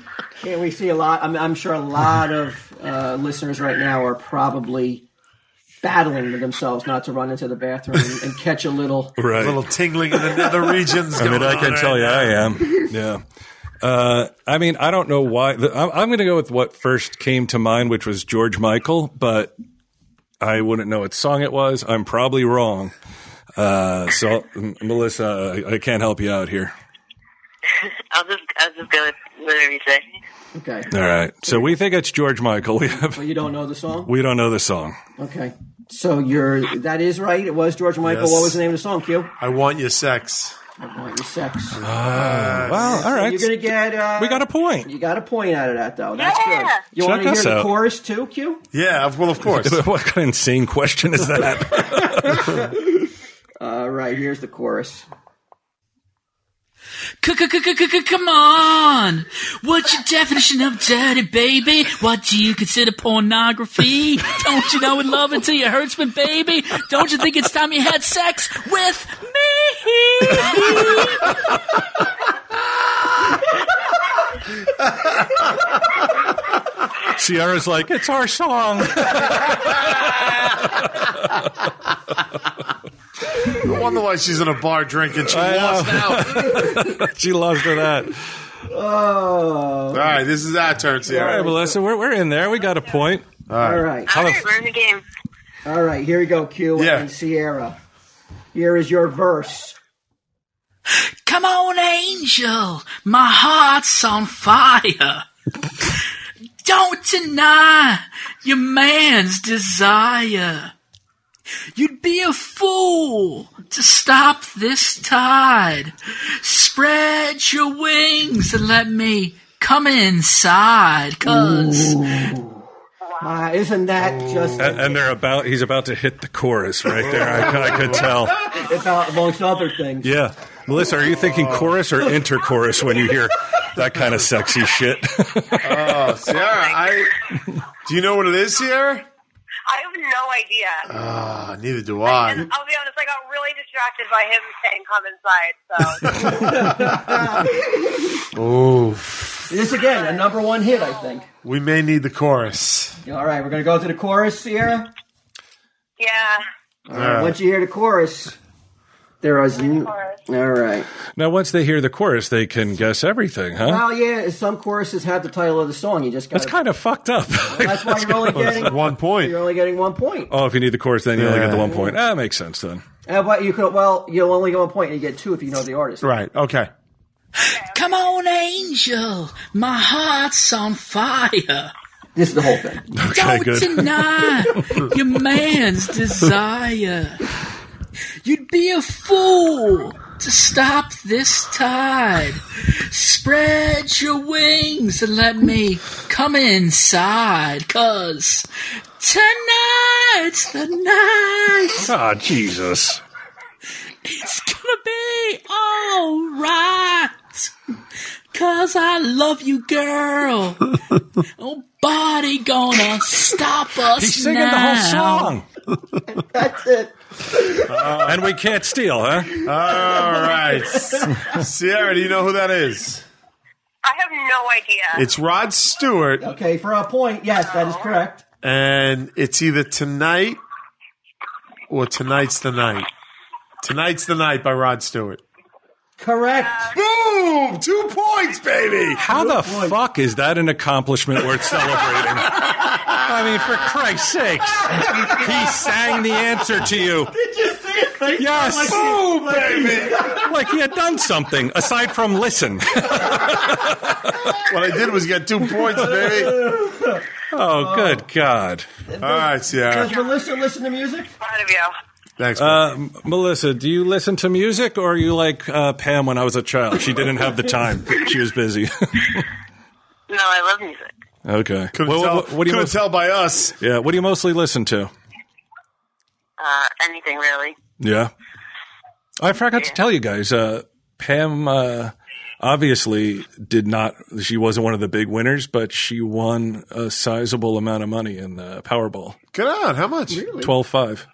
Can't we see a lot? I'm, I'm sure a lot of uh, listeners right now are probably battling with themselves not to run into the bathroom and, and catch a little. Right. little tingling in the nether regions. I mean, I can tell you, I am. Yeah. Uh, I mean, I don't know why. The, I'm, I'm going to go with what first came to mind, which was George Michael, but I wouldn't know what song it was. I'm probably wrong. Uh, so, M- Melissa, I, I can't help you out here. I'll just I'll just go with whatever you say. Okay. All right. So we think it's George Michael. We have But you don't know the song? we don't know the song. Okay. So you're that is right. It was George Michael. Yes. What was the name of the song, Q? I want your sex. I want your sex. Wow. All right. You're gonna get uh, we got a point. you got a point out of that though. That's Yeah. good. You Check want to us hear the out. chorus too, Q? Yeah, of- well, of course. What kind of insane question is that? All right, here's the chorus. Come on! What's your definition of dirty, baby? What do you consider pornography? Don't you know it love until you hurts me, baby? Don't you think it's time you had sex with me? Sierra's like, it's our song. No wonder why she's in a bar drinking. She lost out. she loves to that. Oh, All right, this is our turn, All right, Sierra. Melissa, we're, we're in there. We got a point. all right, All the right, f- we're in the game. all right. Here we go, Q Yeah. and Sierra. Here is your verse. Come on, angel, my heart's on fire. Don't deny your man's desire. You'd be a fool to stop this tide. Spread your wings and let me come inside, cuz. Uh, isn't that just And, and they're about. He's about to hit the chorus right there. I, I could tell. about amongst other things? Yeah, Melissa, are you thinking chorus or interchorus when you hear that kind of sexy shit? Oh, Sierra, I, do you know what it is, Sierra? I have no idea. Uh, Ah, neither do and I. I'll be honest, I got really distracted by him saying come inside. So Oh, This again, a number one hit, I think. we may need the chorus. All right, we're gonna go to the chorus, Sierra. yeah. All right, once you hear the chorus, there is. All right. now, once they hear the chorus, they can guess everything, huh? Well, yeah, some choruses have the title of the song. You just got. That's kind of fucked up. That's why you're only getting One point. you're only getting one point. oh, if you need the chorus, then you only get the Yeah. one point. That makes sense then. Uh, but you could well, you'll only get one point, and you get two if you know the artist. Right, okay. Come on, angel, my heart's on fire. This is the whole thing. Okay, Don't good. deny your man's desire. You'd be a fool to stop this tide. Spread your wings and let me come inside, cause tonight's the night. Ah, Jesus. It's gonna be alright. Cause I love you, girl. Nobody gonna stop us He's singing now. the whole song, That's it. and we can't steal, huh? All right. Sierra, do you know who that is? I have no idea. It's Rod Stewart, Okay, for a point, yes, that is correct. and it's either Tonight or Tonight's the Night. Tonight's the Night by Rod Stewart. Correct. Boom! Two points, baby! How the fuck is that an accomplishment worth celebrating? I mean, for Christ's sakes. He sang the answer to you. Did you say it? Yes. Boom, baby. Like he had done something aside from listen. What I did was get two points, baby. Oh, good God. All right, Sierra. Does Melissa listen to music? proud of you. Thanks. Uh, M- Melissa, do you listen to music or are you like uh, Pam when I was a child? She didn't have the time, she was busy. No, I love music. okay. couldn't Well, tell, what, what do you couldn't most- tell by us. yeah, what do you mostly listen to? Uh, anything really. Yeah. I forgot to tell you guys, uh, Pam uh, obviously did not. She wasn't one of the big winners, but she won a sizable amount of money in the Powerball. Get on. How much? Really? Twelve five.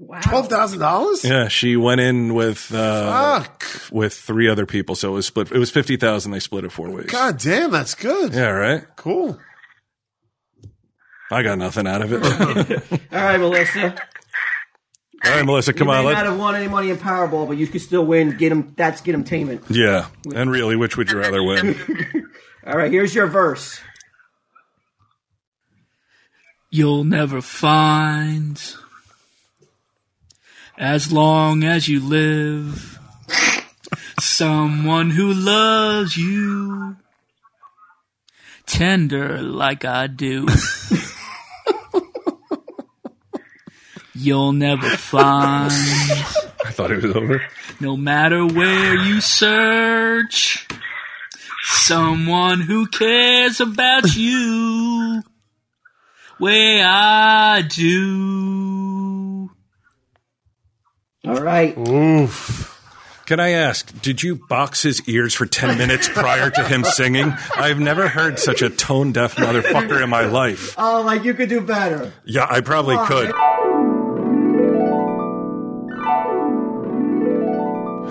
Wow. Twelve thousand dollars? Ah, Yeah, she went in with uh, Fuck. with three other people, so it was split. It was fifty thousand. They split it four ways. God damn, that's good. Yeah, right. Cool. I got nothing out of it. All All right, Melissa. right, Melissa, come you on. may Let's, not have won any money in Powerball, but you could still win. Get 'em- That's get 'em tainment. yeah, and really, which would you rather win? All right, here's your verse. you'll never find as long as you live someone who loves you tender like I do. You'll never find, I thought it was over. no matter where you search, someone who cares about you way I do. All right. Can I ask, did you box his ears for 10 minutes prior to him singing? I've never heard such a tone deaf motherfucker in my life. Oh, like you could do better. Yeah, I probably could.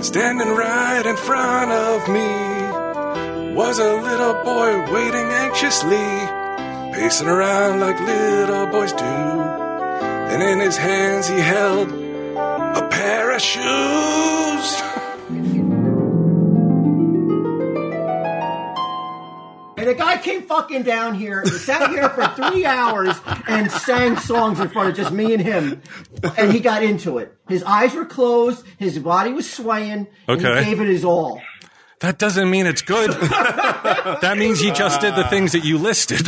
Standing right in front of me was a little boy waiting anxiously, pacing around like little boys do. And in his hands he held a pair of shoes. And the guy came fucking down here, and sat here for three hours, and sang songs in front of just me and him. And he got into it. His eyes were closed, his body was swaying, and Okay. he gave it his all. That doesn't mean it's good. that means he just did the things that you listed.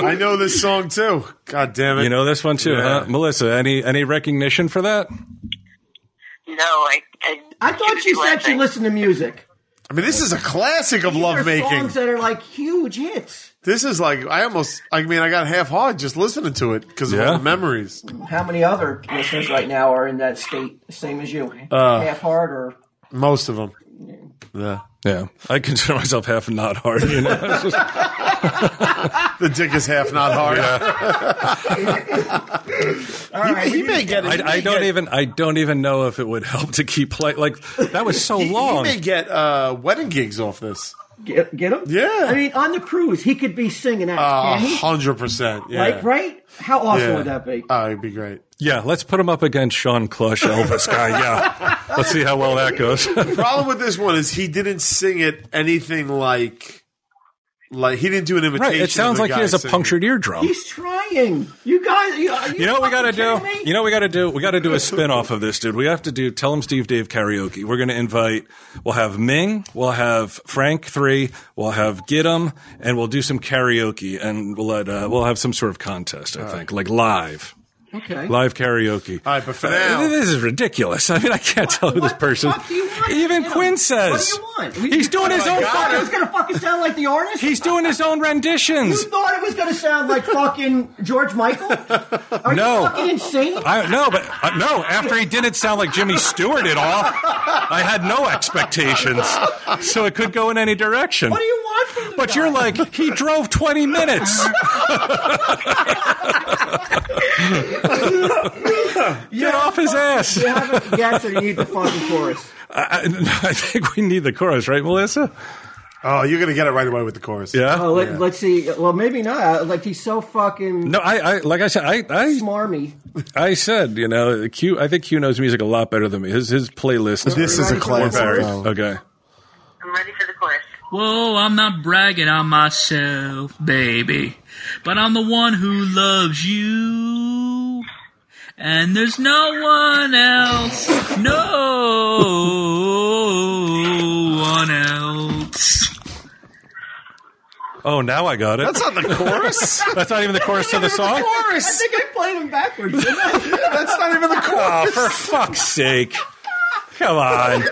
I know this song too. God damn it. you know this one too, Yeah. huh? Melissa, any any recognition for that? No, I. I, I thought she said she listened to music. I mean, this is a classic of There are love making. songs that are like huge hits. This is like I almost. I mean, I got half hard just listening to it because of Yeah. all the memories. How many other listeners right now are in that state, same as you? Uh, Half hard or Most of them. Yeah. Yeah, I consider myself half not hard. You know, The dick is half not hard. all right. He may get. it. I, He I may don't get- even I don't even know if it would help to keep play like that was so He, he long. may get uh, wedding gigs off this. Get, get him? Yeah. I mean, on the cruise, he could be singing out. Ah, A can't he? hundred percent. Yeah. Like, right? How awesome Yeah. would that be? Oh, it'd be great. yeah, let's put him up against Sean Clush, Elvis guy. Yeah, let's see how well that goes. problem with this one is he didn't sing it anything like like he didn't do an imitation. right, it sounds like he has a punctured eardrum. He's trying. You guys, you, are You know what we gotta fucking do? kidding me? You know what we gotta do? We gotta do a spin off of this, dude. We have to do Tell Him Steve Dave karaoke. We're gonna invite, we'll have Ming, we'll have Frank 3, we'll have Gidim, and we'll do some karaoke and we'll let, uh, we'll have some sort of contest, I think, like live. okay. Live karaoke. All right, but for Uh, now- this is ridiculous. I mean, I can't tell who What this the person. fuck do you want? Even Get him. Quinn What says do you want? We- he's doing his my own God. Thought it Oh was fucking. gonna fucking sound like the artist. He's doing his own you renditions. thought it was gonna sound like fucking George Michael? Are No. you fucking insane? I no, but uh, no. After he didn't sound like Jimmy Stewart at all, I had no expectations, so it could go in any direction. what do you want from the but guy? you're like he drove 20 minutes. Get off his ass. You haven't guessed or you need the fucking chorus. I, I- I think we need the chorus, right, Melissa? Oh, you're gonna get it right away with the chorus. Yeah. Oh, let, let's see. Well, maybe not. Like he's so fucking No, I, I like I said, I, I, smarmy. I said, you know, Q. I think Q knows music a lot better than me. His his playlist. This is a classic. Oh. though. Okay. I'm ready for the chorus. Whoa, I'm not bragging on myself, baby, but I'm the one who loves you. And there's no one else, no one else. Oh, now I got it. That's not the chorus. That's not even the chorus to the song. I chorus. think I played him backwards. didn't I? That's not even the chorus. Oh, for fuck's sake. Come on.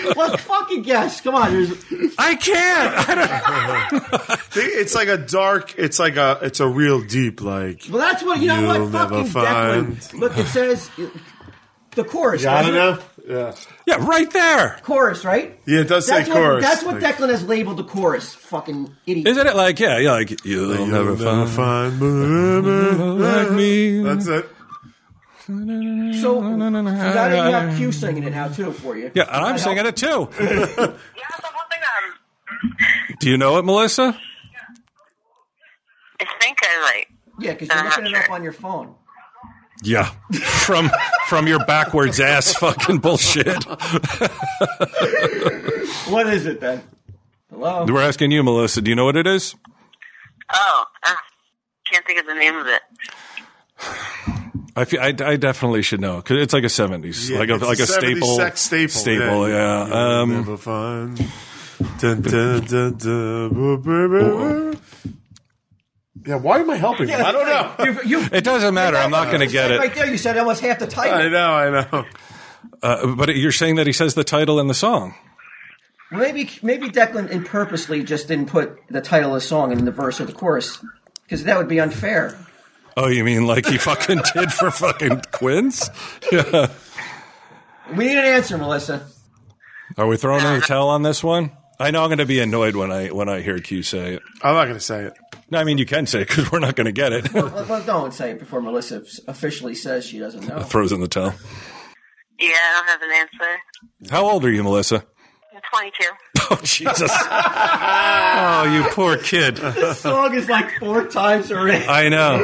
well, fucking guess. Come on. There's, I can't. I don't, It's like a dark. It's like a. It's a real deep. Like Well, that's what you know. You'll what never fucking find- Declan? Look, it says the chorus. got it doesn't it? now. Yeah. Yeah, right there. Chorus, right? Yeah, it does That's say what, chorus. That's what Like, Declan has labeled the chorus. Fucking idiot. Isn't it like yeah, yeah, like you'll, never never find find me. like me. That's it. So, so now that you have Q singing it now too for you. yeah, and I'm singing it too. Yeah, so one thing um, Do you know it, Melissa? I think I like. Yeah, because you're looking it up on your phone. Yeah, from from your backwards ass fucking bullshit. What is it then? Hello. We're asking you, Melissa. Do you know what it is? Oh, uh, can't think of the name of it. I, feel, I, I definitely should know 'cause it's like a seventies, Yeah, like a it's like a 70s staple, sex staple. staple. Yeah. You'll Um, never find. Dun, dun, dun, dun, boo, boo, Oh, boo. Yeah, why am I helping? you? I don't know. You, you, it doesn't matter. I'm not going to get Right it. there, you said almost half the I title. know. I know. Uh, but you're saying that he says the title in the song. Maybe maybe Declan and purposely just didn't put the title of the song in the verse or the chorus because that would be unfair. Oh, you mean like he fucking did for fucking Quince? Yeah. We need an answer, Melissa. Are we throwing in the towel on this one? I know I'm going to be annoyed when I when I hear Q say it. I'm not going to say it. No, I mean you can say it because we're not going to get it. Well, well, don't say it before Melissa officially says she doesn't know. Throws in the towel. Yeah, I don't have an answer. How old are you, Melissa? I'm 22. Oh Jesus! oh, you poor kid. This song is like four times already. I know.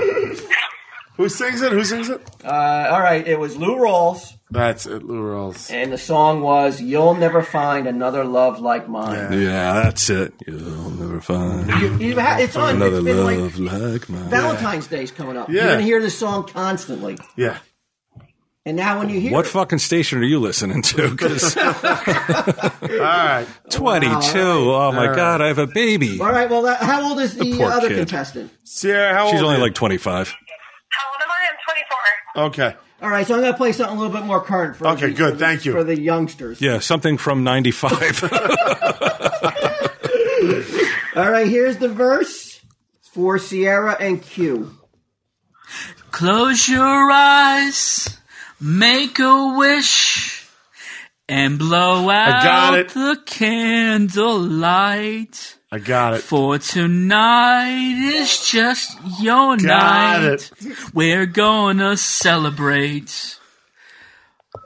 Who sings it? Who sings it? Uh, all right, it was Lou Rawls, That's it. Lou Rawls. and the song was "You'll Never Find Another Love Like Mine." Yeah, that's it. You'll never find You, you ha- it's on. another It's been like love like mine. Valentine's Day's coming up. Yeah. You're gonna hear this song constantly. Yeah. And now when you hear What it, fucking station are you listening to? 'Cause All right. 22. Oh my God, I have a baby. all right, well, that, how old is the, poor other kid. contestant? Sierra, how She's old only are you? like 25. How old am I? I'm 24. Okay. All right, so I'm gonna play something a little bit more current for Okay, the- good, for the- thank you. for the youngsters. Yeah, something from 95. All right, here's the verse for Sierra and Q. Close your eyes, make a wish, and blow out got it. the candlelight. I got it. For tonight is just your Got night. We're gonna celebrate.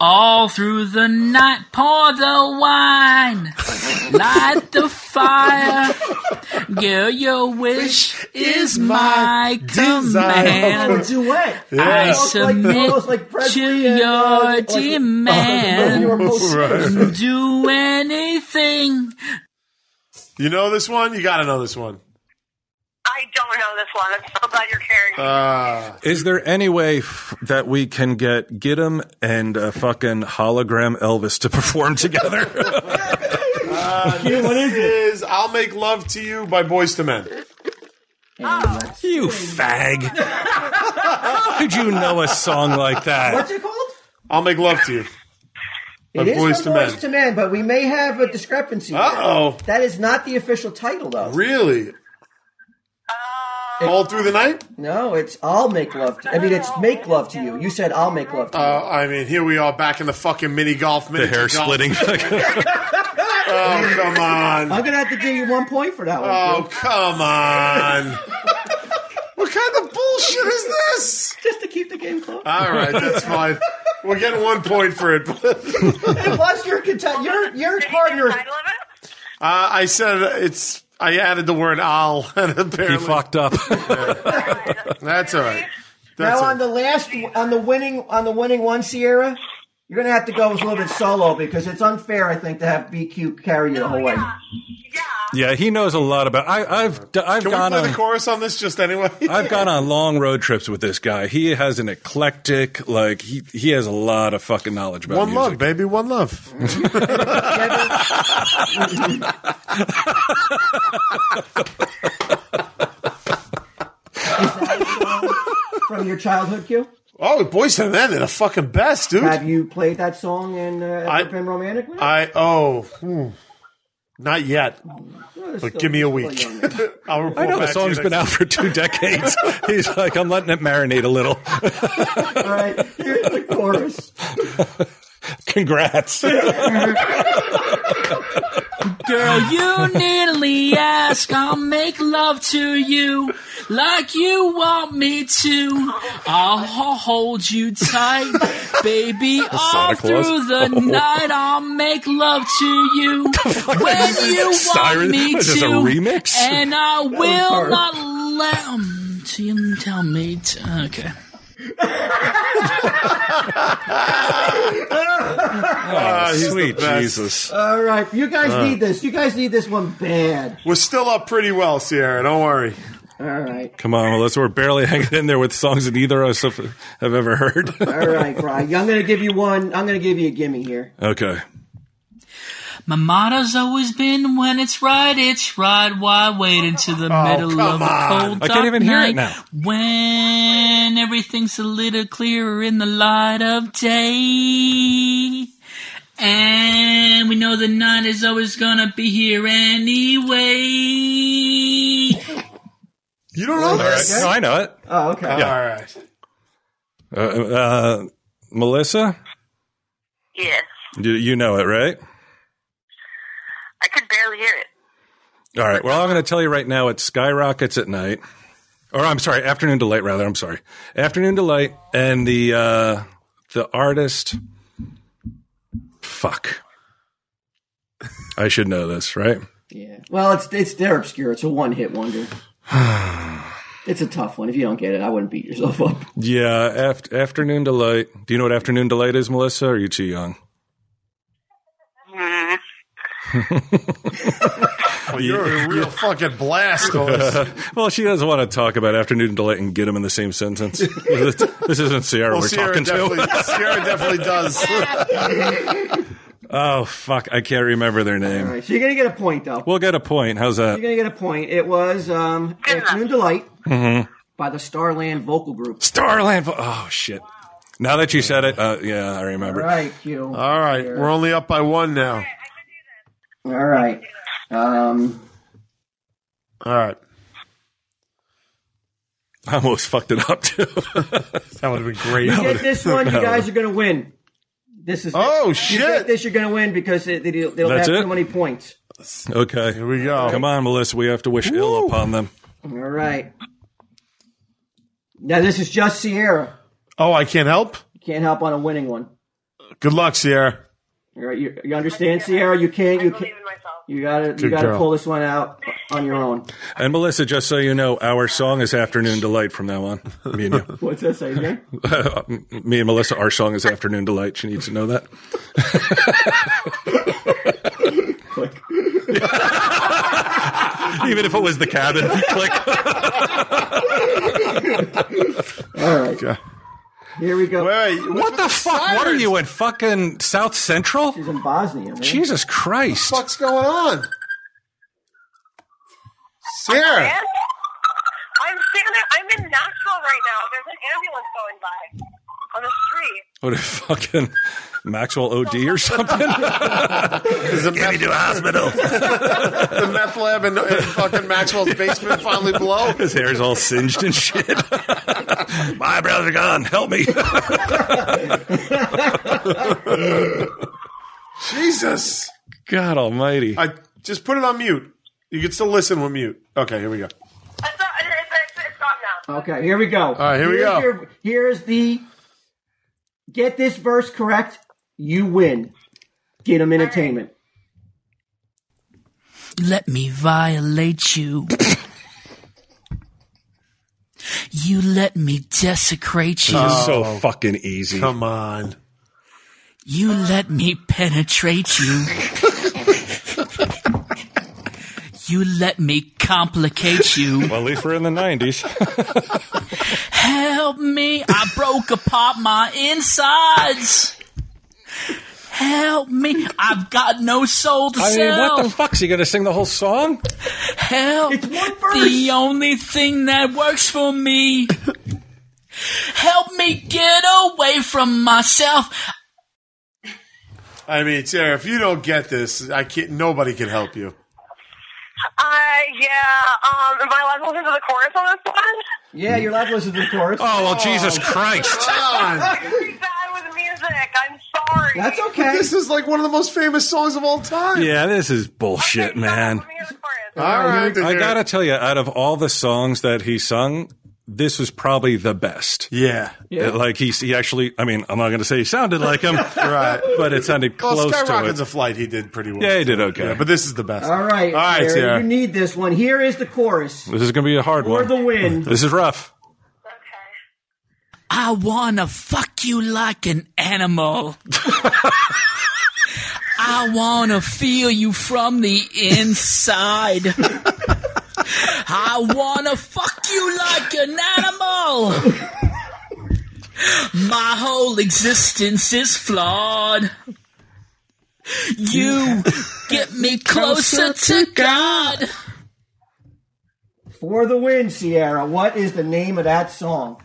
All through the night, pour the wine, light the fire. Girl, your wish is my desire. Oh, a command. duet. I Almost like- submit almost like Presley to and, your uh, like- like- demand. You were both- Right. Do anything. You know this one? You got to know this one. I don't know this one. I'm so glad you're caring. Uh, Is there any way f- that we can get Gidim and uh, fucking hologram Elvis to perform together? what is it? Is I'll Make Love to You by Boys to Men. you fag. How could you know a song like that? What's it called? I'll Make Love to You. By It is Boys to from Boys Men. to Men, but we may have a discrepancy. there. Uh-oh. That is not the official title, though. Really? All through the night? No, it's I'll make love. To, I mean, it's make love to you. You said I'll make love to you. Uh, I mean, here we are back in the fucking mini golf. The hair miniature golf. splitting. Oh come on! I'm gonna have to give you one point for that one. Oh come on! what kind of bullshit is this? Just to keep the game close. All right, that's fine. We're getting one point for it. uh, and plus, your content, your your Did you partner. say the title of it? Uh, I said it's. I added the word "I'll," and he apparently fucked up. that's all right. That's Now all on right. the last, on the winning, on the winning one, Sierra, you're gonna have to go a little bit solo because it's unfair, I think, to have BQ carry you the whole way. Yeah. Yeah. Yeah, he knows a lot about. I, I've d- I've Can we gone play the on- chorus on this just anyway? I've gone on long road trips with this guy. He has an eclectic, like he he has a lot of fucking knowledge about one music. love, baby, one love. Is that a song from your childhood, Q? Oh, boys to men, they're the fucking best, dude. Have you played that song and uh, I- ever been romantic with? it? I oh, hmm. not yet. Well, it's But still- give me a it's week. still young. I'll I report know the back to you song's next been out for two decades. He's like, I'm letting it marinate a little. All right, here's the chorus. Congrats. Ah, Girl, you needly ask. I'll make love to you like you want me to. I'll ho- hold you tight, baby, all Santa Claus. through the night. I'll make love to you when you want Siren? me This to. is a remix? And I will not let um, so you tell me to. Okay. Ah, he's the Sweet best. Jesus. All right, you guys need this. You guys need this one bad. We're still up pretty well, Sierra. Don't worry. All right, Come on, well, let's, we're barely hanging in there with songs that neither of us have, have ever heard. all right, Brian. I'm gonna give you one. I'm gonna give you a gimme here. okay. My motto's always been when it's right, it's right. Why Oh, wait until the middle of a cold I dark can't even night hear it now. when everything's a little clearer in the light of day? And we know the night is always gonna be here anyway. You don't know All right. this? No, I know it. Oh, okay. All right. Uh, uh, Melissa, Yes. you, you know it, right? I could barely hear it. All right. Well, I'm going to tell you right now it skyrockets at night. Or I'm sorry, afternoon delight rather. I'm sorry. Afternoon delight and the uh the artist fuck. I should know this, right? Yeah. Well, it's it's they're obscure. It's a one hit wonder. it's a tough one. If you don't get it, I wouldn't beat yourself up. Yeah, aft- afternoon delight. Do you know what afternoon delight is, Melissa? Or are you too young? Mm. Oh, you're a real fucking blast. Well, Well, she doesn't want to talk about afternoon delight and get them in the same sentence. this, this isn't Sierra we're Sierra, talking to. definitely, Sierra definitely does. Oh fuck, I can't remember their name. All right, so you're gonna get a point though. We'll get a point. How's that? You're gonna get a point. It was um, enough. Afternoon Delight by the Starland Vocal Group. Starland. Vo- Oh shit! Now that you said it, uh, yeah, I All remember. right, Q. All All right. We're only up by one now. right. Um, All right. I almost fucked it up too. That would have been great. get this one. You guys are gonna win. This is Oh, You get shit. this, you're gonna win because it, they, don't- they don't That's have it? too many points. okay, Here we go. come on, Melissa. We have to wish ill upon them. All right. Now this is just Sierra. Oh, I can't help? Can't help on a winning one. Good luck, Sierra. All right, you, you understand, Sierra? You can't. You Believe can't. in myself. You gotta. You Good gotta girl. pull this one out on your own. And Melissa, just so you know, our song is "Afternoon Delight" from now on. Me and you, What's that say again? me and Melissa, our song is "Afternoon Delight." She needs to know that. Click. Even if it was the cabin, click. All right, Okay. here we go. Wait, wait, what the fuck? What are you in fucking South Central? She's in Bosnia. Man. Jesus Christ! fuck's going on? Sierra. Yes? I'm standing there. I'm in Nashville right now. There's an ambulance going by on the street. What a fucking Maxwell OD or something? Is the meth, hospital. the meth lab in, in fucking Maxwell's basement finally blow? His hair's all singed and shit. My eyebrows are gone. Help me. Jesus. God almighty. I Just put it on mute. You can still listen with mute. Okay, here we go. It's, not, it's, it's, it's gone now. Okay, here we go. All right, here we go. here's the get this verse correct, you win. Get them entertainment. Let me violate you. you let me desecrate you. so fucking easy. Come on. You let me penetrate you. you let me complicate you. Well, at least we're in the 90s. Help me, I broke apart my insides. Help me, I've got no soul to I mean, what the sell. fuck's he going to sing the whole song? Help, It's one verse. the only thing that works for me. Help me get away from myself. I mean, Sarah, if you don't get this, I can't. Nobody can help you. Uh, yeah. Um, am I allowed to listen to the chorus on this one? Yeah, you're allowed to listen to the chorus. Oh, well, Jesus Oh, Christ. Come on. I'm really bad with music. pathetic. I'm sorry. That's okay. This is like one of the most famous songs of all time. Yeah, this is bullshit, Okay, shut up. man. Let me hear the chorus. All right. I gotta tell you, out of all the songs that he sung, this was probably the best. Yeah. It- like he, he actually, I mean, I'm not gonna say he sounded like him, Right. but it sounded Well, close to Skyrocket's it. a flight. He did pretty well. Yeah, he did okay. Yeah, but this is the best. All right. All right, Terry, Tara. You need this one. Here is the chorus this is gonna be a hard for one. the win. This is rough. Okay. I wanna fuck you like an animal. I wanna feel you from the inside. I wanna fuck you like an animal. My whole existence is flawed. You get me closer to God. For the win, Sierra. What is the name of that song?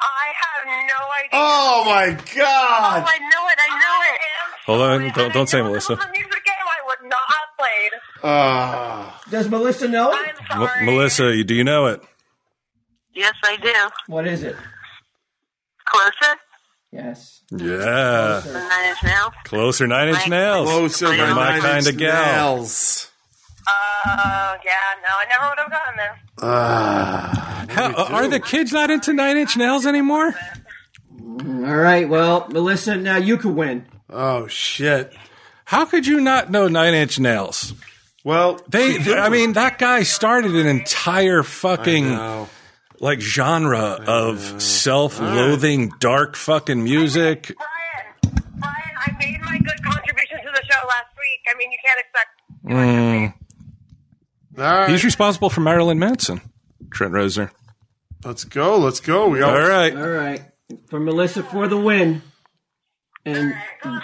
I have no idea. Oh my Oh, God! I know it. I know it. Hold on, don't- don't say If it Melissa. was a music game I would not have played. Ah. Does Melissa know? I'm M- sorry. Melissa, you- do you know it? Yes, I do. What is it? Closer. Yes. Yeah. The Nine Inch Nails. Closer, nine inch Like- nails. closer I than am my Nine kinda Inch gal. Nails. Uh, yeah. No, I never would have gotten this. Ah. How- are the kids not into nine inch nails anymore? All right. Well, Melissa, now you could win. Oh shit! How could you not know nine inch nails? Well, They, I mean, that guy started an entire fucking no. like genre of self-loathing, dark fucking music. Brian, Brian, I made my good contribution to the show last week. I mean, you can't expect. All right. Mm. He's responsible for Marilyn Manson, Trent Reznor. Let's go. Let's go. We all, All right, All right. For Melissa for the win. And Come on,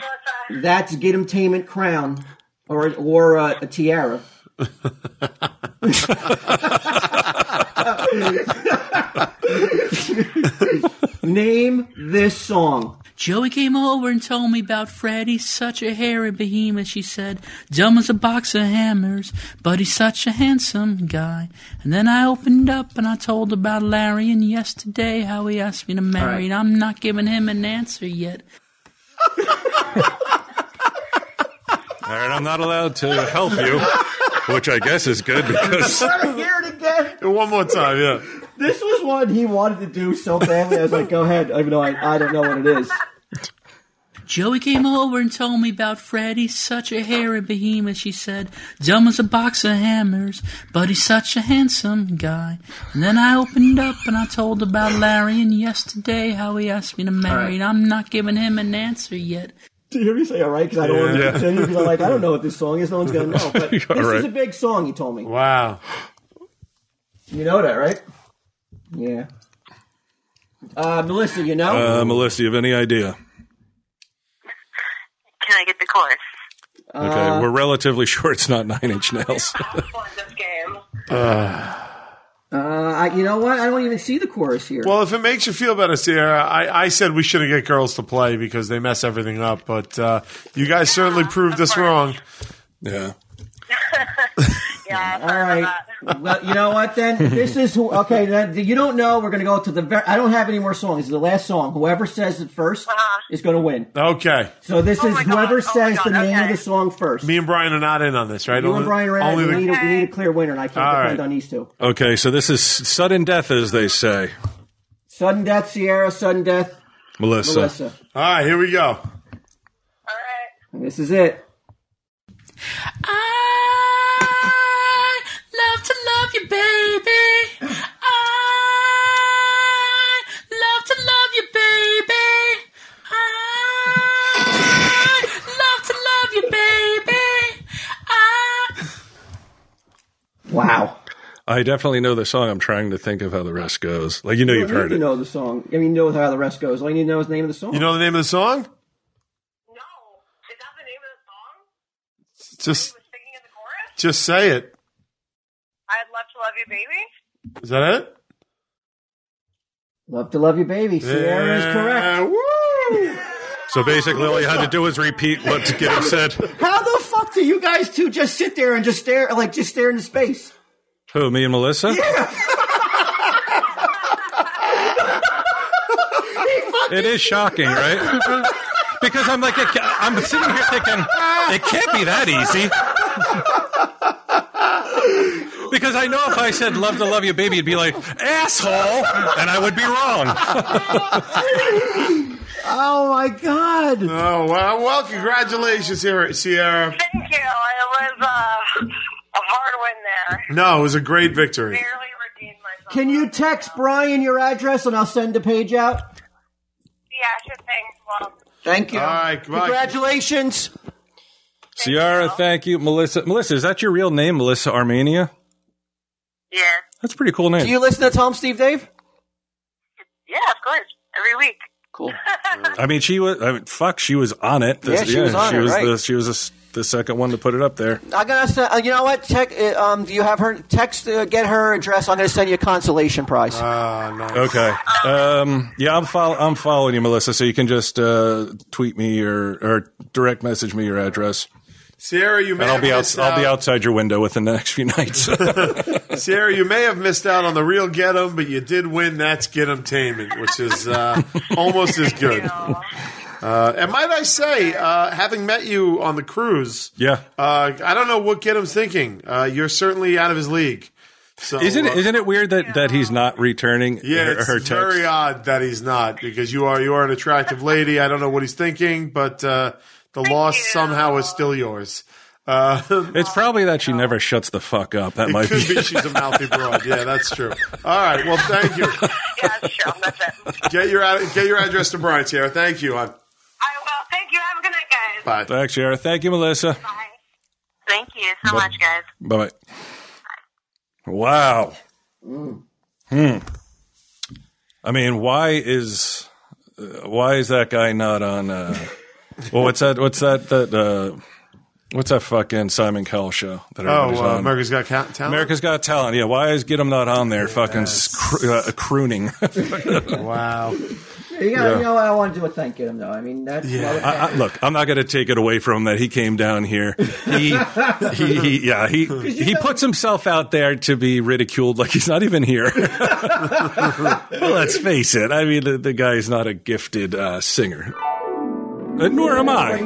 Melissa. that's Get 'em Tainment Crown or or uh, a tiara. Name this song. Joey came over and told me about Fred. He's such a hairy behemoth, she said. Dumb as a box of hammers, but he's such a handsome guy. And then I opened up and I told about Larry and yesterday how he asked me to marry, right. and I'm not giving him an answer yet. all right. I'm not allowed to help you, which I guess is good because Hear it again. one more time. Yeah. This was one he wanted to do so badly. I was like, go ahead, even though I, I don't know what it is. Joey came over and told me about Fred. He's such a hairy behemoth, she said. Dumb as a box of hammers, but he's such a handsome guy. And then I opened up and I told about Larry and yesterday how he asked me to marry, right. and I'm not giving him an answer yet. Do you hear me say all right? Because I don't want to Yeah. continue because I'm like, I don't know what this song is. No one's going to know. But this right. is a big song, he told me. Wow. You know that, right? Yeah. Uh, Melissa, you know? uh, Melissa, you have any idea? Can I get the chorus? Okay, Uh. we're relatively sure it's not nine inch nails. Won this game. Uh, I, you know what? I don't even see the chorus here. Well, if it makes you feel better, Sierra, I, I said we shouldn't get girls to play because they mess everything up. But uh, you guys certainly proved us wrong. yeah. Yeah. all right. well, you know what? Then this is who. Okay, then you don't know. We're gonna go to the. Ver- I don't have any more songs. This is the last song. Whoever says it 1st is gonna win. Okay. So this Uh-huh. Oh is my God. whoever Oh my says the God. name of Okay. the song first. Me and Brian are not in on this, right? you and Brian are out. only We, the- need a, we need a clear winner, and I can't All depend right. on these two. Okay, so this is sudden death, as they say, Sudden death, Sierra. Sudden death, Melissa. Melissa. All right, here we go. All right. And this is it. I love to love you, baby. I love to love you, baby. I love to love you, baby. I. Wow. I definitely know the song. I'm trying to think of how the rest goes. Like you know, you've you heard need to it. know the song. I mean, you know how the rest goes. All you need to know is the name of the song. You know the name of the song? No. Is that the name of the song? He Just, was singing in the chorus? just say it. I'd love to love you, baby. Is that it? Love to love you, baby. Sierra is correct. Yeah, Woo! So basically, all you had to do was repeat what Gideon said. How the fuck do you guys two just sit there and just stare, like just stare into space? Who? Me and Melissa? He fucking It is shocking, right? Because I'm like, it ca- I'm sitting here thinking, it can't be that easy. Because I know if I said love to love you, baby, it'd be like asshole, and I would be wrong. Oh my god! Oh well, well, congratulations, Sierra. Sierra. Thank you. It was uh, a hard one there. No, it was a great victory. Barely redeemed myself. Can you text Brian your address and I'll send a page out? Yeah, sure thing. Well, Thank you. All right, goodbye. Congratulations. Ciara, thank you, Melissa. Melissa, is that your real name, Melissa Armenia? yeah. That's a pretty cool Do name. you listen to Tom, Steve, Dave? Yeah, of course. Every week. Cool. I mean, she was. I mean, fuck, she was on it. Yeah, she was on she it, was right. the she was the s- the second one to put it up there. I'm gonna send. Uh, you know what? Tech, uh, um, do you have her text? Uh, get her address. I'm gonna send you a consolation prize. Uh, Ah, nice. Okay. Um, yeah, I'm follow- I'm following you, Melissa. So you can just uh, tweet me or or direct message me your address, Sierra, you may and I'll have be out. missed I'll be outside your window within the next few nights. Sierra, you may have missed out on the real get 'em, but you did win. That's get 'em taming, which is uh, almost as good. Uh, and might I say, uh, having met you on the cruise, yeah. uh, I don't know what get 'em's thinking. Uh, you're certaly out of his league. So Isn't uh, it, isn't it weird that, that he's not returning Yeah, her, it's her text? very uh, odd that he's not because you are you are an attractive lady. I don't know what he's thinking, but uh, the loss you. somehow is still yours. Uh, it's probably that she never shuts the fuck up. That it might be. could be she's a mouthy broad. Yeah, that's true. All right. Well, thank you. Yeah, sure. That's it. Get your ad- get your address to Brian Sierra. Thank you. Uh, I will. Thank you. Have a good night, guys. Bye. Thanks, Ciara. Thank you, Melissa. Bye. Thank you so much, guys. Bye bye. Wow. Hmm. I mean, why is uh, why is that guy not on? Uh, well, what's that? What's that? That uh, what's that fucking Simon Cowell show that everybody's Oh, uh, on? America's Got Ca- Talent. America's Got Talent. Yeah, why is get him not on there? Fucking scr- uh, crooning. Wow. You, gotta, you know what? I want to do a thank you. No, I mean that's Yeah. I, I, look, I'm not going to take it away from him that he came down here. He, he, he yeah, he he puts himself out there to be ridiculed like he's not even here. well, let's face it. I mean, the, the guy is not a gifted uh, singer, Uh, nor am I.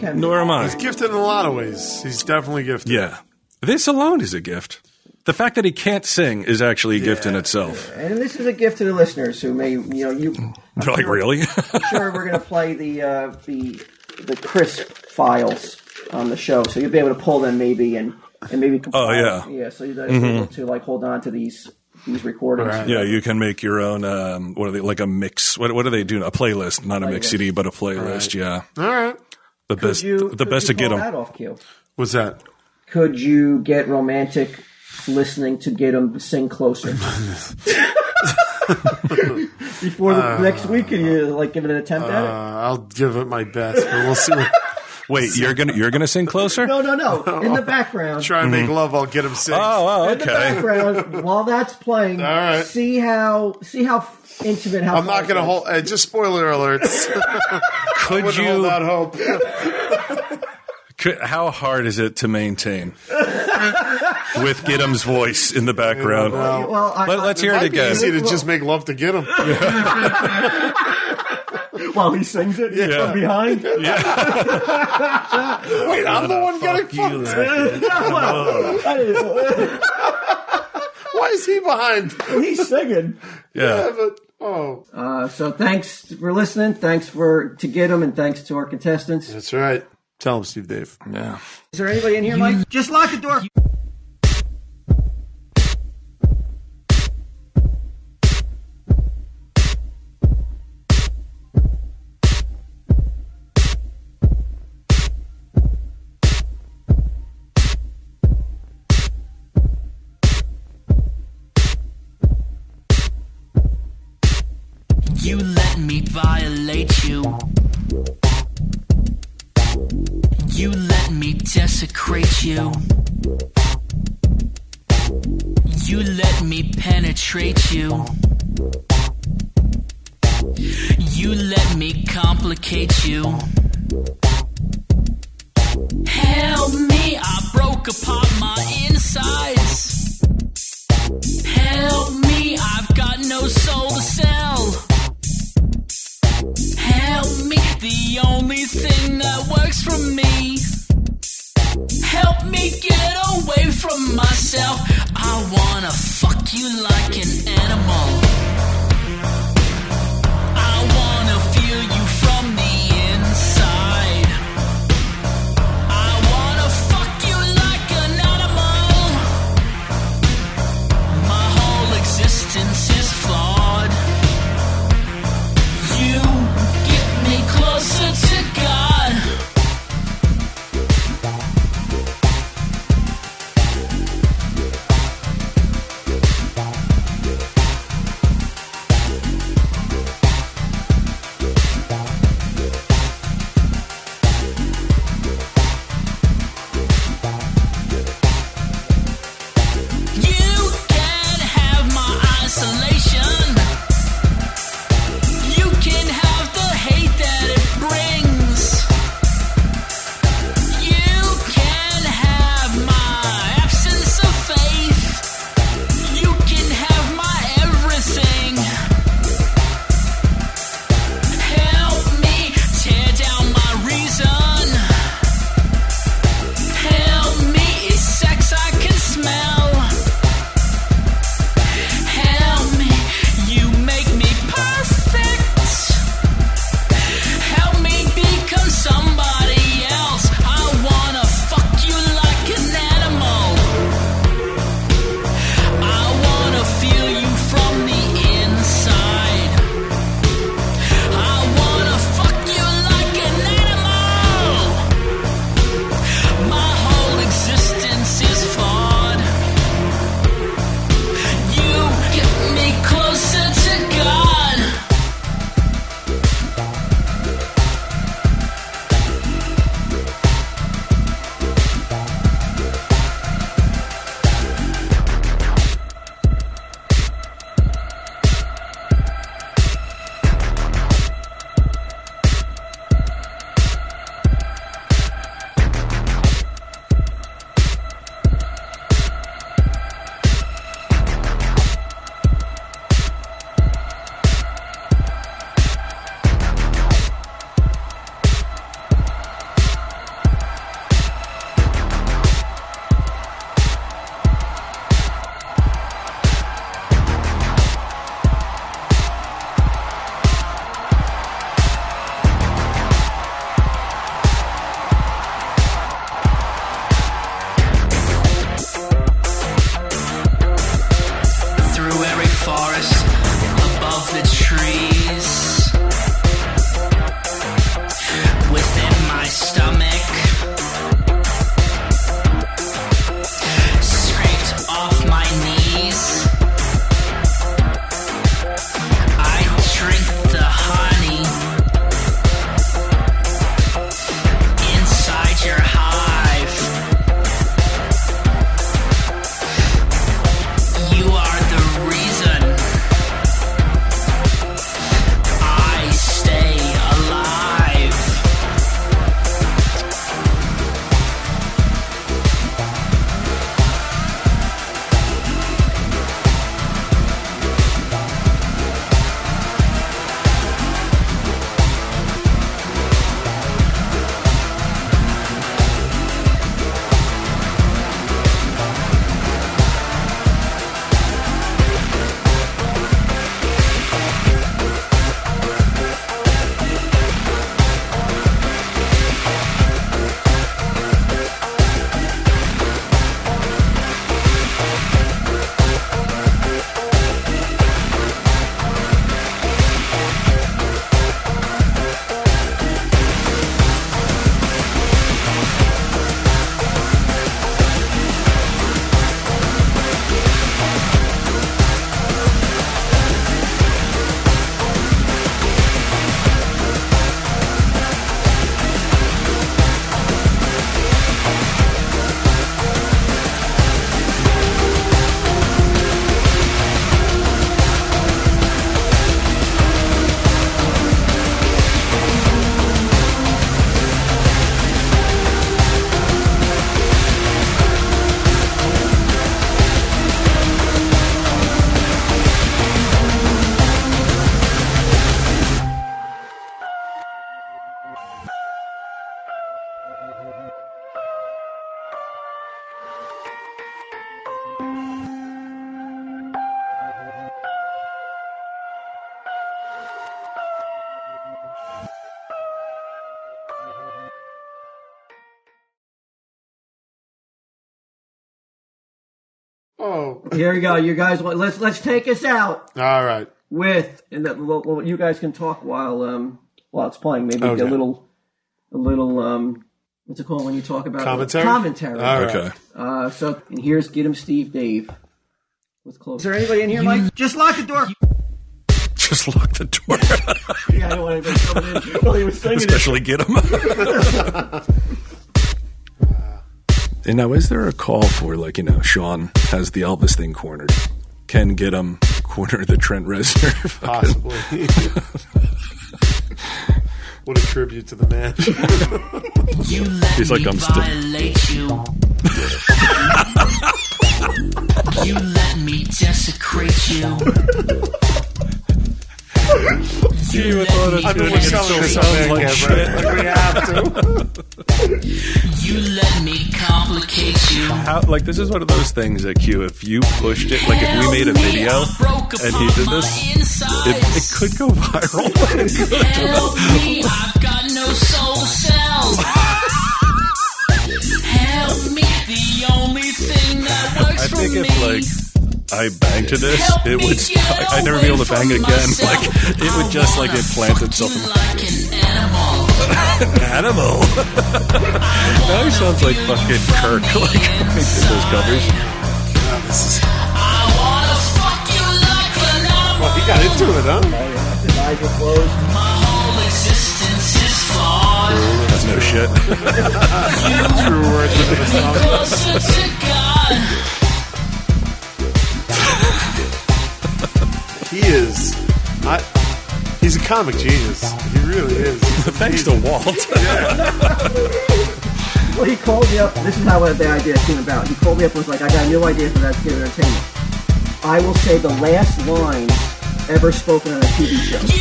Can- Nor am I. He's gifted in a lot of ways. He's definitely gifted. Yeah, this alone is a gift. The fact that he can't sing is actually a gift in itself. and this is a gift to the listeners who may, you know, you They're like, really? sure we're gonna play the uh, the the crisp files on the show, so you'll be able to pull them maybe and and maybe compile. Oh, yeah. Mm-hmm. yeah. So you're able to like hold on to these these recordings. yeah, you can make your own. Um, what are they like a mix? What what are they doing? A playlist, not a mix Playlist. CD, but a playlist. Yeah. All right. The Could best, you- the could best to you get pull them. That off cue. What's that? Could you get romantic? Listening to get them sing closer before the next week, and you like give it an attempt at it. Uh, I'll give it my best, but we'll see. What, Wait, you're gonna you're gonna sing closer? No, no, no. In the background. try and make love. I'll get him sick. Mm-hmm. Oh, oh, In the okay. background, while that's playing, right. see how see how intimate. How I'm not far going Oh, it to hold. Uh, just spoiler alerts. Could Wouldn't hold you? out hope. Could, how hard is it to maintain with Giddim's voice in the background? goes. Well, I, Let, let's hear it Might be again. easy to just make love to get him. while he sings it from behind. Wait, I'm the one getting fucked. Well, I didn't- Why is he behind? He's singing. Yeah. But- oh, Uh, so thanks for listening. Thanks for to get him, and thanks to our contestants. that's right. Tell him, Oh, Steve Dave. yeah. Is there anybody in here, Mike? Just lock the door. You let me violate you. You let me desecrate you. You let me penetrate you. You let me complicate you. Help me, I broke apart my insides. Help me, I've got no soul to sell. the only thing that works for me. Help me get away from myself. I wanna fuck you like an animal. I wanna feel you from the inside. I wanna fuck you like an animal. My whole existence is flawed. You get me closer to God. You can have my isolation. You can have the hate that it brings. You can have my absence of faith. You can have my everything. Help me tear down my reason. Help me, it's sex I can smell. Help me, you make me perfect. Help me become somebody else. I wanna fuck you like an animal. I wanna feel you from the inside. I wanna fuck you like an animal. My whole existence is flawed. You get me closer to God. through every forest, above the trees, within my stomach, scraped off my knees. I drink the honey inside your hive. You are the reason Here we go. You guys want? Let's let's take us out Oh. All right. with, and that well, well, you guys can talk while um while it's playing. Maybe Okay. a little, a little um, what's it called when you talk about Commentary? Commentary. All right. Okay. Uh, so and here's get him, Steve, Dave. With close. Is there anybody in here, Mike? Just lock the door. Just lock the door, Yeah, I don't want anybody coming in while he was singing. it. especially get them. and now, is there a call for like you know, Sean has the Elvis thing cornered? Ken get him corner the Trent Reznor. Possibly. what a tribute to the man. You let He's me like, I'm still- violate you. you let me desecrate you. you let me I've been selling desecrate this on Bandcamp, right? Like, we have to. You let me complicate you. How, like this is one of those things that Q. If you pushed it, like if we made a video and he did this, it, it could go viral. Help me, I've got no soul to sell. Help me, the only thing that works I for think me. if like I banged to this, Help it me would. get stop. I'd never be away able to from bang again. myself. Like it would I just like wanna implant fuck itself you in my like an animal. animal. now he sounds like fucking Kirk, like when he did those covers. I wanna fuck you like an animal. Well, he got into it, huh? His eyes were closed. My whole existence is flawed. That's no shit. True words of the song. Closer to God. He is. I, he's a comic genius. He really is. Thanks to Walt. Well, he called me up. This is how the idea came about. He called me up and was like, I got a new idea for that theater entertainment. I will say the last line ever spoken on a TV show. You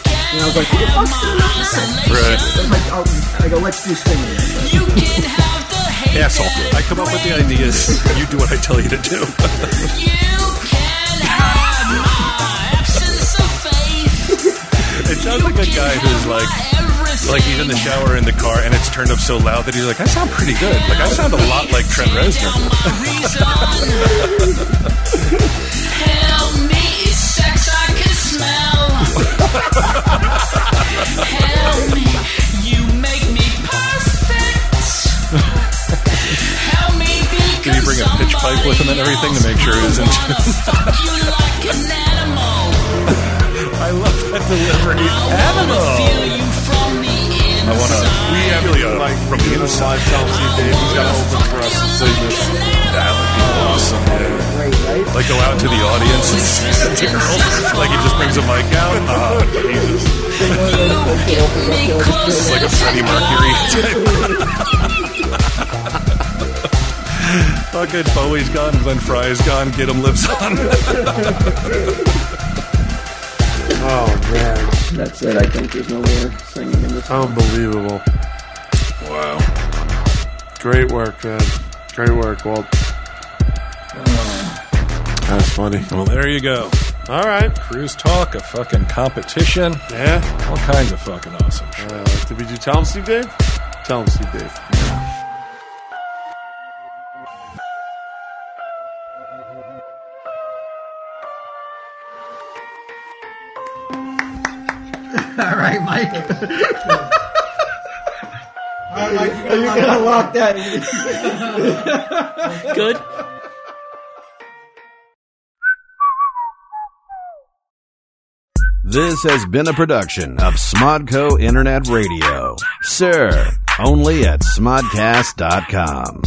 can And I was like, who the have fuck's doing my that? isolation. I'm like, oh, I go, let's do singing. You can have the hate. Asshole. that I come up with the brings ideas. You do what I tell you to do. You can have my absence of faith. It sounds like a guy who's like. Like he's in the shower in the car and it's turned up so loud that he's like, I sound pretty good. Like I sound a lot like Trent Reznor. Help me, it's sex I can smell. Help me, you make me perfect. Help me become Did he bring a pitch pipe with him and everything to make sure he was in somebody else. I wanna fuck you like an animal. I love that delivery. Feel Animal. you from the I want to. inside. We have Really, like, from the inside, tell him, see, Dave, he's got to open for us and sing this. That would be awesome. dude. Great, right? Like go out to the audience and sing to girls. Like he just brings a mic out. Ah, Jesus. Get me closer like a to Freddie Mercury type. Fucking Bowie's gone, Glenn Fry's gone, get him lives on. Oh, man. That's it. I think there's no way of singing in this. Unbelievable. wow. Great work, man. Great work, Walt. That's funny. Well, there you go. All right. Cruise talk, a fucking competition, Yeah. all kinds of fucking awesome shit. Uh, did we do Tell him, Steve Dave? Tell him, Steve Dave. All right, Mike. Are you gonna lock that? Good. This has been a production of Smodco Internet Radio. Sir, only at smodcast.com.